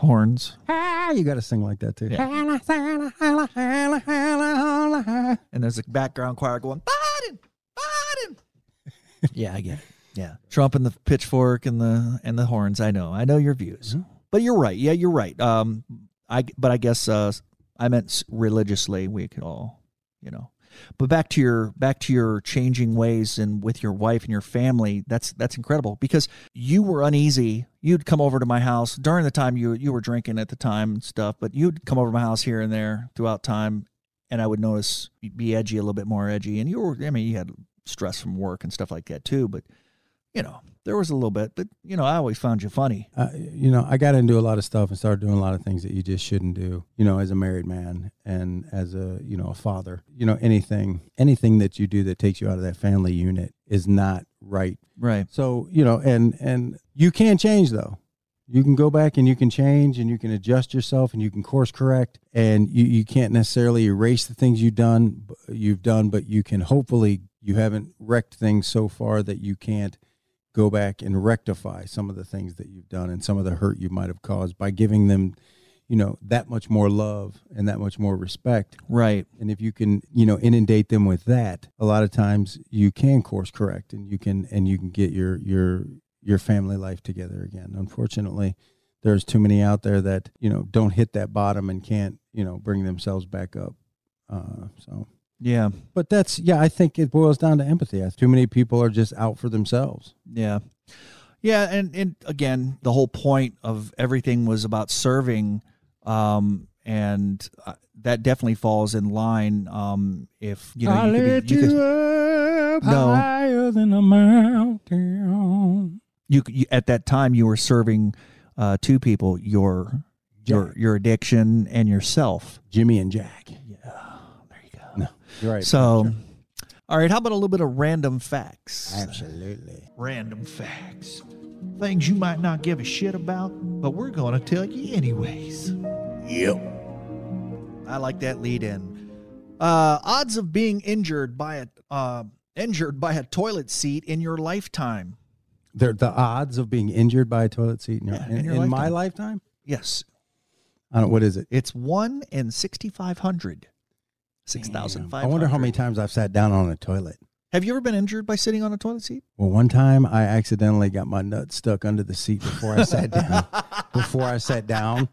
S2: horns.
S1: Ah, you got to sing like that too.
S2: And there's a background choir going, Biden, Biden. yeah, I get it. Yeah. Trump and the pitchfork and the and the horns. I know. I know your views. But you're right. Yeah, you're right. Um I but I guess uh I meant s- religiously we could all, you know. But back to your back to your changing ways and with your wife and your family, that's that's incredible because you were uneasy. You'd come over to my house during the time you you were drinking at the time and stuff, but you'd come over to my house here and there throughout time and I would notice you'd be edgy a little bit more edgy. And you were, I mean, you had stress from work and stuff like that too. But you know, there was a little bit. But you know, I always found you funny.
S1: Uh, you know, I got into a lot of stuff and started doing a lot of things that you just shouldn't do. You know, as a married man and as a you know a father, you know anything anything that you do that takes you out of that family unit is not right.
S2: Right.
S1: So you know, and and you can change though. You can go back and you can change and you can adjust yourself and you can course correct and you, you can't necessarily erase the things you've done you've done, but you can hopefully you haven't wrecked things so far that you can't go back and rectify some of the things that you've done and some of the hurt you might have caused by giving them, you know, that much more love and that much more respect.
S2: Right.
S1: And if you can, you know, inundate them with that, a lot of times you can course correct and you can and you can get your your your family life together again. Unfortunately, there's too many out there that, you know, don't hit that bottom and can't, you know, bring themselves back up. Uh, so
S2: Yeah.
S1: but that's yeah, I think it boils down to empathy. I- Too many people are just out for themselves.
S2: Yeah. Yeah, and and again, the whole point of everything was about serving um and uh, that definitely falls in line um if you know you could, be, you, could,
S1: up
S2: No.
S1: higher than a mountain.
S2: you, could- you at that time you were serving uh two people your your your addiction and yourself
S1: Jimmy and Jack.
S2: There you go.
S1: You're right.
S2: so, all right, how about a little bit of random facts?
S1: absolutely.
S2: Random facts. Things you might not give a shit about, but we're going to tell you anyways.
S5: Yep.
S2: I like that lead in. Uh, odds of being injured by a uh, injured by a toilet seat in your lifetime.
S1: They're the odds of being injured by a toilet seat in, your,
S2: Yeah,
S1: in,
S2: in your
S1: in my lifetime.
S2: Yes,
S1: I don't. What is it?
S2: it's 1 in 6,500.
S1: Damn.
S2: 6,500.
S1: I wonder how many times I've sat down on a toilet.
S2: Have you ever been injured by sitting on a toilet seat?
S1: Well, one time I accidentally got my nut stuck under the seat before I sat down.
S2: (laughs)
S1: before I sat down.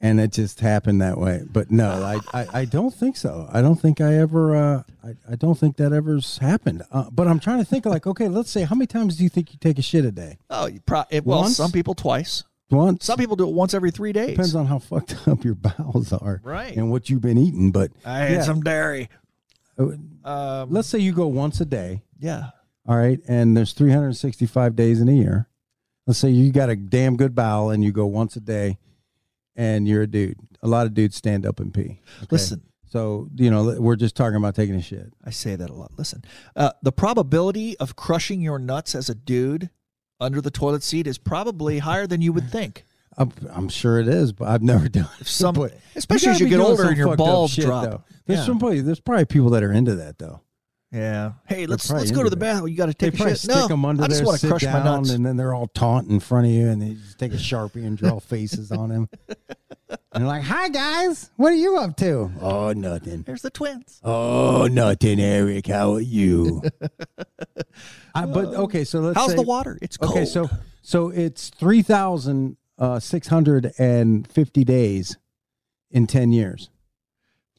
S1: And it just happened that way. But no, I, I, I don't think so. I don't think I ever, uh, I, I don't think that ever's happened. Uh, but I'm trying to think like, okay, let's say, how many times do you think you take a shit a day?
S2: Oh, you pro- it, well,
S1: Once?
S2: some people twice.
S1: Once?
S2: Some people do it once every three days.
S1: Depends on how fucked (laughs) up your bowels are.
S2: Right.
S1: And what you've been eating. But
S2: I had
S1: Yeah.
S2: some dairy.
S1: uh,
S2: Um,
S1: let's say you go once a day.
S2: yeah.
S1: All right. And there's 365 days in a year. Let's say you got a damn good bowel and you go once a day and you're a dude. A lot of dudes stand up and pee. okay?
S2: Listen,
S1: So, you know, we're just talking about taking a shit.
S2: I say that a lot. Listen, uh, the probability of crushing your nuts as a dude under the toilet seat is probably higher than
S1: (sighs)
S2: you would think.
S1: I'm, I'm sure it is, but I've never (laughs) done it.
S2: Some-
S1: But
S2: especially as
S1: gotta
S2: you
S1: be
S2: get
S1: doing
S2: older
S1: some
S2: and your
S1: fucked up
S2: balls
S1: shit,
S2: drop.
S1: though. There's
S2: Yeah.
S1: some probably there's probably people that are into that though.
S2: Yeah. Hey, let's
S1: probably
S2: let's go to
S1: into
S2: the
S1: that.
S2: bathroom. You got to
S1: They
S2: take a
S1: probably
S2: shit.
S1: stick
S2: no,
S1: them under
S2: I just
S1: there,
S2: want to
S1: sit
S2: crush my
S1: down,
S2: nuts.
S1: and then they're all taunt in front of you, and they just take a sharpie and
S2: (laughs)
S1: draw faces on him. And they're like, "Hi guys, what are you up to?" Oh, nothing.
S2: There's the twins.
S1: Oh, nothing, Eric. How are
S2: (laughs)
S1: you? I, but okay, so let's.
S2: How's
S1: say-
S2: the water? It's cold.
S1: Okay, so so it's three thousand uh, six hundred and fifty days in ten years.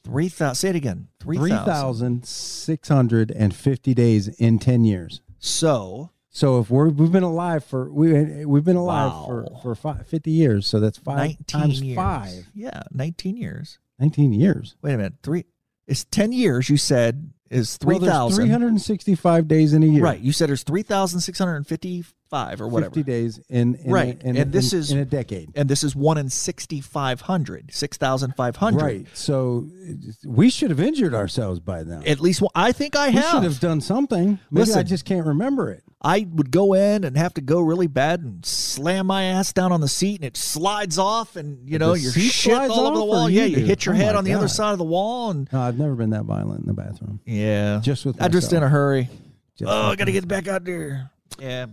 S2: three thousand. Say it again. Three
S1: Three
S2: thousand.
S1: thousand six hundred and fifty days in ten years.
S2: So
S1: So if we're we've been alive for we we've been alive
S2: Wow.
S1: for for fi- fifty years, so that's five
S2: nineteen
S1: times
S2: years.
S1: five.
S2: Yeah, nineteen years.
S1: 19 years.
S2: Wait a minute. Three. It's ten years. You said is
S1: Well,
S2: three
S1: there's
S2: thousand.
S1: 365 days in a year.
S2: right. You said there's three thousand six hundred and fifty-five or whatever.
S1: Fifty days in, in
S2: Right,
S1: A, in,
S2: and this
S1: in-
S2: is-
S1: in a decade.
S2: And this is one in sixty-five hundred. Six thousand five hundred.
S1: Right. So it's- we should have injured ourselves by now.
S2: At least one, I think I
S1: we
S2: have.
S1: should have done something. Maybe I
S2: Listen.
S1: just can't remember it.
S2: I would go in and have to go really bad and slam my ass down on the seat and it slides off and you know
S1: The
S2: your
S1: seat
S2: shit
S1: slides
S2: all over the
S1: off,
S2: wall.
S1: or
S2: Yeah,
S1: you
S2: you
S1: do?
S2: hit your
S1: Oh
S2: head
S1: my
S2: on the other
S1: God.
S2: side of the wall and
S1: No, I've never been that violent in the bathroom.
S2: yeah,
S1: Just with
S2: I'm just in a
S1: myself.
S2: hurry.
S1: Just
S2: Oh, I
S1: like-
S2: gotta get back out there. Yeah,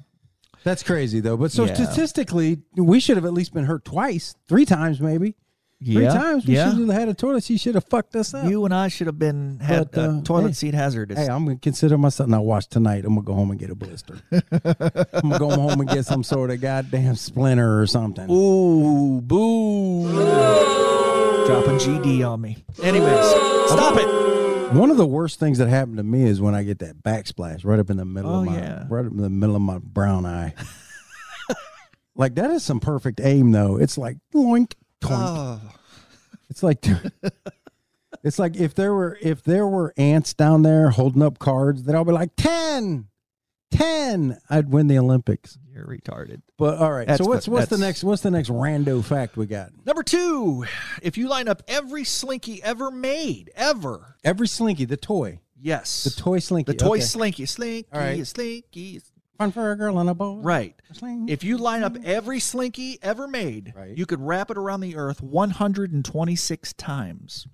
S1: That's crazy though. But so
S2: Yeah.
S1: statistically, we should have at least been hurt twice, three times maybe. Three
S2: yeah,
S1: times we
S2: yeah.
S1: should have had a toilet. She should have fucked us up.
S2: You and I should have been had
S1: But,
S2: a
S1: uh,
S2: toilet
S1: hey.
S2: seat hazard.
S1: Hey, I'm gonna consider myself. Now watch tonight. I'm gonna go home and get a
S2: (laughs)
S1: blister. I'm gonna go home and get some sort of goddamn splinter or something.
S2: Ooh, boo! Dropping GD on me. Anyways, stop it.
S1: One of the worst things that happened to me is when I get that backsplash right up in the middle
S2: Oh,
S1: of my
S2: yeah.
S1: right up in the middle of my brown eye. (laughs) like that is some perfect aim though. It's like loink, toink.
S2: Oh,
S1: It's like it's like if there were if there were ants down there holding up cards, then I'll be like 10, 10. I'd win the Olympics.
S2: you're retarded.
S1: But all right.
S2: That's
S1: so what's
S2: what-
S1: what's the
S2: that's-
S1: next what's the next rando fact we got?
S2: Number two, if you line up every slinky ever made, ever,
S1: Every Slinky, the toy,
S2: yes,
S1: the toy Slinky,
S2: the toy
S1: okay.
S2: slinky, slinky,
S1: All right.
S2: slinky,
S1: fun for a girl and a boy.
S2: right.
S1: Slinky.
S2: If you line up every slinky ever made,
S1: Right.
S2: you could wrap it around the earth 126 times.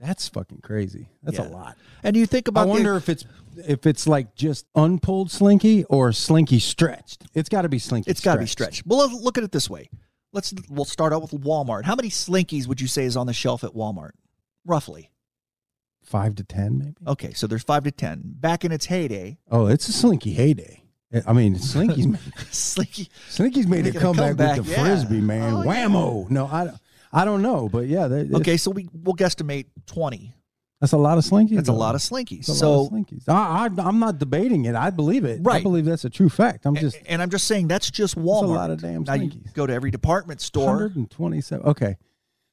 S1: That's fucking crazy. That's
S2: Yeah.
S1: a lot.
S2: And you think
S1: I
S2: about the-
S1: wonder if it's if it's like just unpulled Slinky or Slinky stretched. It's got to be Slinky.
S2: it's got to be stretched. Well, let's look at it this way. Let's we'll start out with Walmart. How many slinkies would you say is on the shelf at Walmart? Roughly.
S1: Five to ten, maybe.
S2: Okay, so there's 5 to 10. Back in its heyday, (laughs)
S1: Oh, it's a Slinky heyday. I mean, Slinky's made-
S2: slinky
S1: Slinky's made a
S2: Making a
S1: comeback
S2: comeback,
S1: with the
S2: yeah.
S1: frisbee, man.
S2: Oh, yeah.
S1: Whammo! No, I, I don't know, but yeah, that, that's-
S2: Okay, so we we'll guesstimate 20.
S1: that's a lot of Slinkies.
S2: That's a
S1: though.
S2: lot of slinkies.
S1: That's a
S2: so
S1: lot of Slinkies. I, I, I'm not debating it. I believe it. I
S2: Right.
S1: believe that's a true fact. I'm just
S2: and I'm just saying that's just Walmart.
S1: a lot of damn
S2: now you
S1: Slinkies.
S2: go to every department store.
S1: 127. Okay.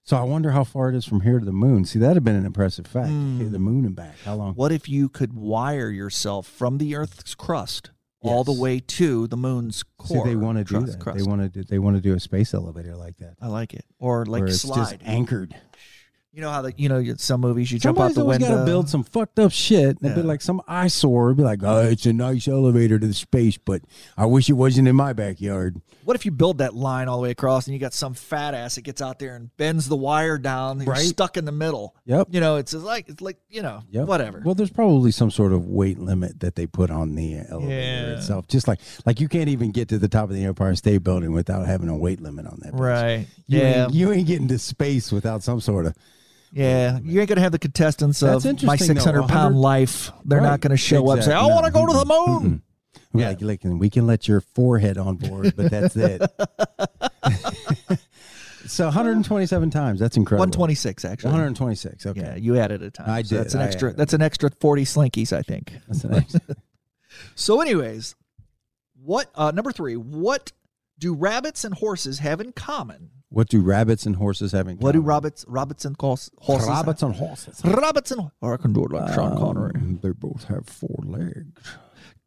S1: So I wonder how far it is from here to the moon. See, that'd have been an impressive fact. Hit the moon and back. How long?
S2: What if you could wire yourself from the Earth's crust all the
S1: Yes.
S2: way to the moon's
S1: See,
S2: core?
S1: they want to do
S2: crust-
S1: that.
S2: crust.
S1: They want to. Do, they want to do a space elevator like that,
S2: I like it. Or like
S1: where it's just
S2: slide.
S1: anchored.
S2: you know how the, you know you- some movies you jump out
S1: Somebody's
S2: the
S1: always
S2: window.
S1: got to build some fucked up shit. And It'd be
S2: Yeah.
S1: like some eyesore. It'd be like, oh, it's a nice elevator to the space, but I wish it wasn't in my backyard.
S2: what if you build that line all the way across and you got some fat ass that gets out there and bends the wire down and
S1: Right.
S2: you're stuck in the middle?
S1: Yep.
S2: You know, it's like it's like, you know,
S1: Yep.
S2: whatever.
S1: Well, there's probably some sort of weight limit that they put on the elevator
S2: Yeah.
S1: itself. Just like like you can't even get to the top of the Empire State Building without having a weight limit on that. bitch.
S2: right.
S1: You
S2: yeah.
S1: Ain't, you ain't getting to space without some sort of.
S2: Yeah, you ain't gonna have the contestants
S1: That's
S2: of my
S1: interesting, though.
S2: 600 pound
S1: 100
S2: life. They're
S1: Right.
S2: not gonna show up and say, "I
S1: Exactly. No.
S2: want to go to the moon."
S1: We're
S2: Yeah.
S1: Like, like, and we can let your forehead on board, but that's
S2: (laughs)
S1: it. (laughs) so 127 times. That's incredible.
S2: 126 actually.
S1: 126. Okay.
S2: Yeah, you added a time.
S1: I
S2: so That's
S1: did,
S2: an
S1: I
S2: extra.
S1: added.
S2: That's an extra 40 slinkies, I think.
S1: That's the next.
S2: (laughs) So, anyways, what uh, number three? What do rabbits and horses have in common?
S1: what do rabbits and horses have in
S2: What do
S1: common?
S2: rabbits, rabbits and horse- horses?
S1: Rabbits and horses.
S2: Rabbits and or I can do it like Sean Connery.
S1: Um, they both have four legs.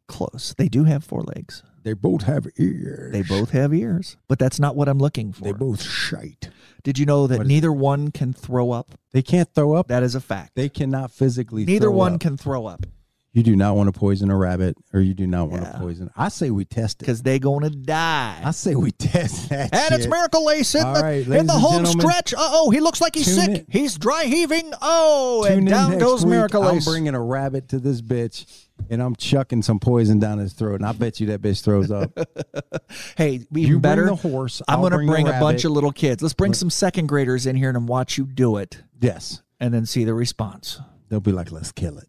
S2: Close. They do have four legs.
S1: They both have ears.
S2: They both have ears, but that's not what I'm looking for.
S1: They both shite.
S2: Did you know that
S1: What is-
S2: neither one can throw up?
S1: They can't throw up.
S2: That is a fact.
S1: They cannot physically.
S2: Neither
S1: throw
S2: one
S1: up.
S2: can throw up.
S1: You do not want to poison a rabbit, or you do not want to poison. I say we test it.
S2: because they gonna die.
S1: I say we (laughs) test that.
S2: and it's
S1: shit.
S2: Miracle Lace in
S1: All
S2: the,
S1: right,
S2: in
S1: ladies
S2: the
S1: and
S2: home
S1: gentlemen,
S2: stretch. Uh oh, he looks like he's
S1: tune
S2: sick.
S1: in-
S2: He's dry heaving. Oh,
S1: Tune
S2: and
S1: in
S2: down
S1: next
S2: goes
S1: week.
S2: Miracle
S1: I'm
S2: Lace.
S1: bringing a rabbit to this bitch, and I'm chucking some poison down his throat, and I bet you that bitch throws
S2: (laughs)
S1: up.
S2: hey, even
S1: bring
S2: better.
S1: the horse,
S2: I'm
S1: I'll
S2: gonna
S1: bring
S2: bring,
S1: the
S2: a bunch
S1: rabbit.
S2: of little kids. Let's bring some second graders in here and watch you do it,
S1: yes,
S2: and then see the response.
S1: they'll be like, "Let's kill
S2: (laughs)
S1: it."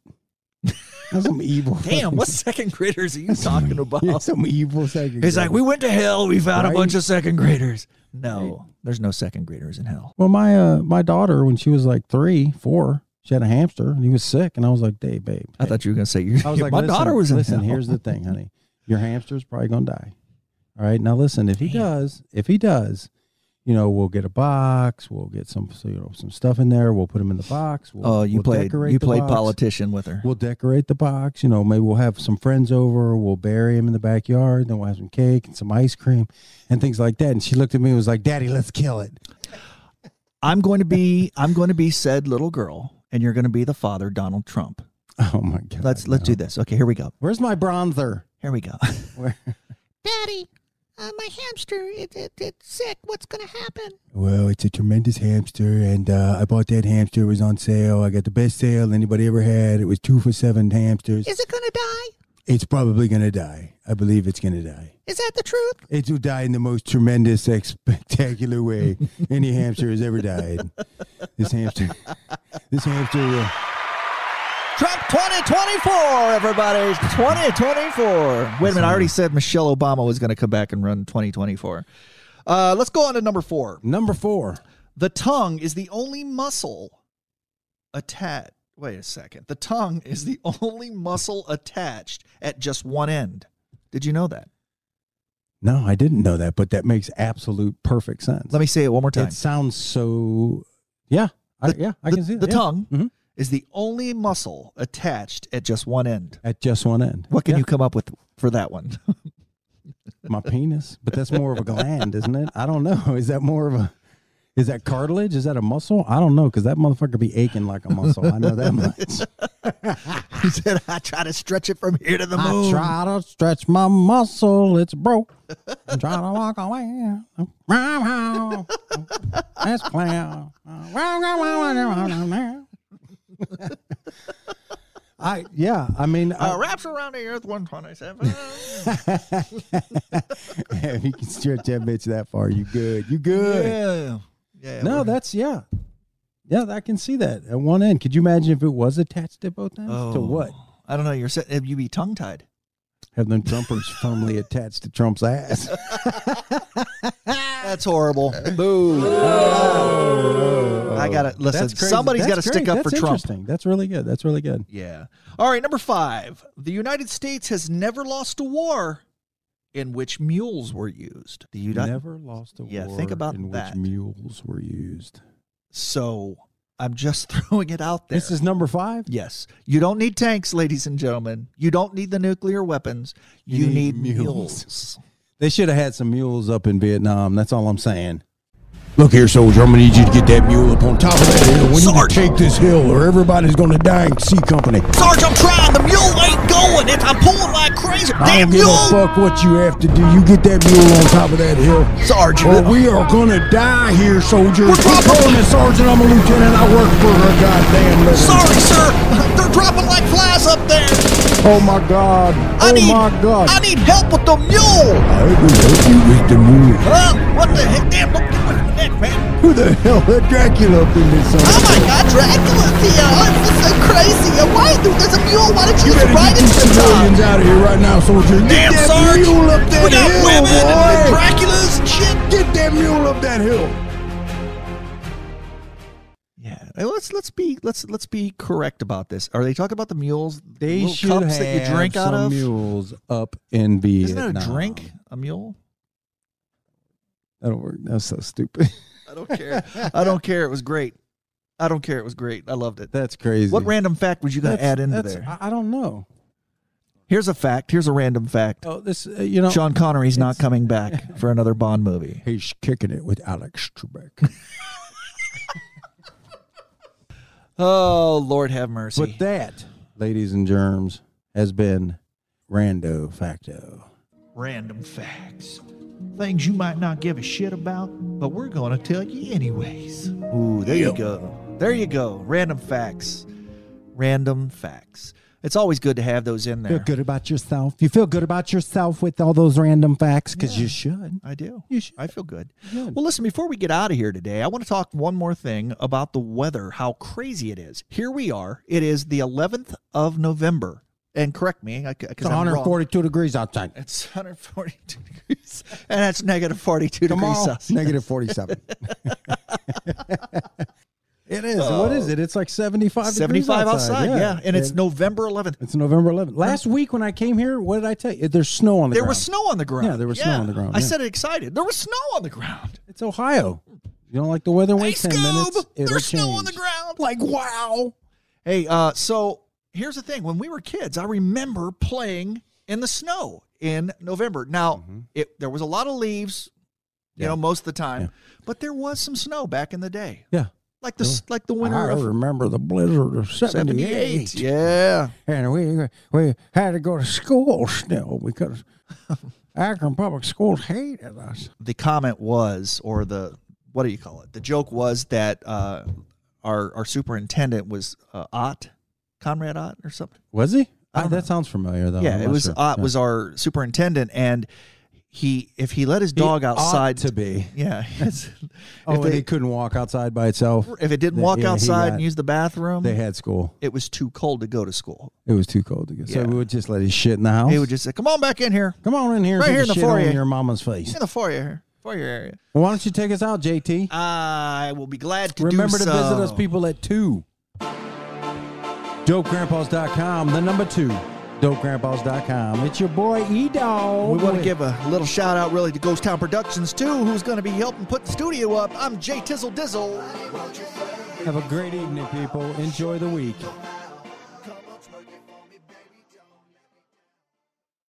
S1: That's some evil. (laughs)
S2: Damn, what second graders are you talking about?
S1: Yeah, some evil second.
S2: He's like,
S1: grader.
S2: we went to hell. We found a
S1: Right?
S2: bunch of second graders. No, there's no second graders in hell.
S1: Well, my uh, my daughter, when she was like three, four, she had a hamster, and he was sick, and I was like, "Dave, babe."
S2: I thought you were gonna say you.
S1: I was like,
S2: my
S1: "Listen,
S2: daughter was in
S1: Listen,
S2: hell.
S1: here's the thing, honey. Your hamster's probably gonna die. All right, now listen. If he does, if he does, you know, we'll get a box. We'll get some, so, you know, some stuff in there. We'll put him in the box. We'll,
S2: Oh, you
S1: we'll
S2: played.
S1: decorate
S2: You
S1: the
S2: played
S1: box.
S2: politician with her.
S1: We'll decorate the box. You know, maybe we'll have some friends over. We'll bury him in the backyard. Then we'll have some cake and some ice cream and things like that. And she looked at me and was like, "Daddy, let's kill it." (laughs)
S2: I'm going to be I'm going to be said little girl, and you're going to be the father, Donald Trump.
S1: Oh my god.
S2: Let's let's do this. Okay, here we go.
S1: Where's my bronzer?
S2: Here
S1: (laughs)
S2: we go.
S1: Where-
S2: Daddy, uh, my hamster it, it it's sick. What's going to happen?
S1: Well, it's a tremendous hamster, and uh, I bought that hamster. It was on sale. I got the best sale anybody ever had. It was two for seven hamsters.
S2: Is it going to die?
S1: It's probably gonna die. I believe it's gonna die.
S2: Is that the truth?
S1: It will die in the most tremendous, ex- spectacular way any hamster has ever died. This hamster, this hamster. uh, will-
S2: Trump 2024, everybody. 2024. Wait a minute. I already said Michelle Obama was going to come back and run 2024. Uh, let's go on to number four.
S1: Number four.
S2: The tongue is the only muscle attached. Wait a second. The tongue is the (laughs) only muscle attached at just one end. Did you know that?
S1: No, I didn't know that, but that makes absolute perfect sense.
S2: Let me say it one more time.
S1: It sounds so. Yeah, I, yeah, I
S2: the,
S1: can see that.
S2: The
S1: yeah.
S2: tongue
S1: Mhm.
S2: is the only muscle attached at just one end.
S1: at just one end.
S2: What can
S1: Yeah.
S2: you come up with for that one? (laughs)
S1: my penis, but that's more of a gland, isn't it? I don't know. (laughs) Is that more of a is that cartilage? Is that a muscle? I don't know because that motherfucker be aching like a muscle. I (laughs) know that much.
S2: he said, "I try to stretch it from here to the
S1: I
S2: moon."
S1: try to stretch my muscle, it's broke. I try to walk away. That's clear. I yeah, I mean,
S2: Uh,
S1: I,
S2: wraps around the earth 127.
S1: if (laughs) you can stretch that bitch that far, you good. You (laughs) good.
S2: yeah. yeah.
S1: No,
S2: we're-
S1: that's yeah, yeah. I can see that at one end. Could you imagine if it was attached at both ends? To
S2: Oh.
S1: what?
S2: I don't know. You're set, you be tongue tied.
S1: Have them Trumpers
S2: (laughs)
S1: firmly attached to Trump's ass?
S2: That's horrible. (laughs) Boo. Oh. I gotta listen.
S1: That's crazy.
S2: Somebody's got to
S1: That's
S2: stick
S1: great.
S2: up
S1: That's
S2: for Trump.
S1: interesting. That's really good. That's really good.
S2: Yeah. All right. Number five. The United States has never lost a war in which mules were used. The United.
S1: Never lost a
S2: Yeah,
S1: war
S2: think about
S1: in
S2: that.
S1: which mules were used.
S2: So I'm just (laughs) throwing it out there.
S1: This is number five.
S2: yes. You don't need tanks, ladies and gentlemen. You don't need the nuclear weapons. You,
S1: You
S2: need,
S1: need
S2: mules.
S1: They should have had some mules up in Vietnam. That's all I'm saying. Look here, soldier. I'm gonna need you to get that mule up on top of that hill. We need to
S2: Sarge.
S1: take this hill, or everybody's gonna die in C Company.
S2: Sarge, I'm trying. The mule ain't going. It's, I'm pulling like crazy.
S1: I
S2: Damn
S1: don't give a
S2: mule.
S1: fuck what you have to do. You get that mule on top of that hill.
S2: Sarge.
S1: Or we are gonna die here, soldier.
S2: We're
S1: Quit
S2: dropping-
S1: calling me sergeant. I'm a lieutenant. I work for her goddamn living.
S2: Sorry, sir. (laughs) They're dropping like flies up there.
S1: Oh my god.
S2: I
S1: oh
S2: need,
S1: my god.
S2: I need help with the mule.
S1: I will help you with the mule.
S2: Huh? What the heck? Damn, don't do it heck, man.
S1: Who the hell let Dracula up in this?
S8: Oh
S1: son?
S8: my god, Dracula's here! Oh, this is so crazy! Uh, Why? There's a mule! Why don't
S1: You
S8: you, just
S1: better
S8: ride
S1: get
S8: into
S1: these
S8: the top?
S1: civilians out of here right now, soldier.
S2: Ah!
S1: Get
S2: Damn,
S1: that
S2: Sarge.
S1: mule up
S2: We
S1: that
S2: got
S1: hill,
S2: women and
S1: boy.
S2: Dracula's and shit.
S1: Get that mule up that hill.
S2: Yeah, Hey, let's let's be let's let's be correct about this. Are they talking about the mules? the little cups that you drink out of.
S1: mules up in Vietnam.
S2: Isn't that a drink? A mule?
S1: That'll work. That's so stupid.
S2: I don't care. I don't care. It was great. I don't care. It was great. I loved it.
S1: That's crazy.
S2: What random fact was you going to
S1: That's-
S2: add into
S1: that's-
S2: there?
S1: I, I don't know.
S2: Here's a fact. Here's a random fact.
S1: Oh, this uh, you know.
S2: Sean Connery's not
S1: (laughs)
S2: coming back for another Bond movie.
S1: He's kicking it with Alex (laughs) Trebek.
S2: Oh Lord, have mercy.
S1: but that, ladies and germs, has been Rando Facto.
S2: Random facts. Things you might not give a shit about, but we're going to tell you anyways. Ooh, there you go. There you go. Random facts. Random facts. It's always good to have those in there.
S1: Feel good about yourself. You feel good about yourself with all those random facts because you should.
S2: I do. I feel good. Well, listen, before we get out of here today, I want to talk one more thing about the weather, how crazy it is. Here we are. It is the 11th of November. And correct me, I,
S1: It's
S2: because I'm wrong.
S1: 142 degrees outside.
S2: It's 142 (laughs) degrees. And that's negative 42 degrees
S1: Tomorrow,
S2: Celsius.
S1: negative (laughs) 47. it is. what is it? It's like 75 degrees
S2: 75 outside, yeah. And it's
S1: Yeah.
S2: November 11th.
S1: It's November 11th. Last week when I came here, what did I tell you? There's snow on the
S2: There
S1: ground.
S2: was snow on the ground.
S1: Yeah, there was snow on the ground,
S2: I
S1: yeah.
S2: said it excited. There was snow on the ground.
S1: It's Ohio. You don't like the weather? Wait
S2: Hey,
S1: 10 minutes.
S2: Scoob,
S1: it'll
S2: there's snow on the
S1: change.
S2: ground. Like, wow. Hey, uh, so here's the thing. When we were kids, I remember playing in the snow in November. Now, it there was a lot of leaves, you
S1: Mm-hmm. Yeah.
S2: know, most of the time,
S1: Yeah.
S2: but there was some snow back in the day.
S1: Yeah.
S2: Like the s like the winter
S1: I
S2: of
S1: remember the blizzard of 78.
S2: 78. Yeah.
S1: And we we had to go to school still
S2: (laughs)
S1: because Akron Public Schools hated us.
S2: the comment was, or the what do you call it? The joke was that uh, our our superintendent was uh, Ott, Conrad Ott, or something.
S1: Was he?
S2: I don't
S1: that sounds familiar though.
S2: yeah,
S1: I'm
S2: it
S1: not
S2: was
S1: sure.
S2: Ott
S1: Yeah.
S2: was our superintendent, and he if he let his
S1: He
S2: dog
S1: ought
S2: outside
S1: to be.
S2: (laughs) yeah,
S1: (laughs)
S2: it's-
S1: Oh,
S2: if,
S1: and
S2: they,
S1: he couldn't walk outside by itself.
S2: if it didn't
S1: Yeah,
S2: walk
S1: yeah, he
S2: outside
S1: got-
S2: and use the bathroom,
S1: They had school.
S2: it was too cold to go to school.
S1: It was too cold to go. So
S2: Yeah.
S1: we would just let his shit in the house.
S2: He would just say, "Come on back in here,
S1: Come on in here, and
S2: Right
S1: take
S2: here
S1: a
S2: in the
S1: shit on
S2: foyer.
S1: your mama's face.
S2: in the foyer, foyer area."
S1: Well, why don't you take us out, JT?
S2: I will be glad to
S1: Remember
S2: do
S1: to
S2: so.
S1: visit us people at 2. DopeGrandpas.com, the number 2. DopeGrandpas.com. It's your boy E Dog.
S2: We want to give a little shout out really to Ghost Town Productions too, who's going to be helping put the studio up. I'm Jay Tizzle Dizzle.
S1: Have a great evening, people. Enjoy the week.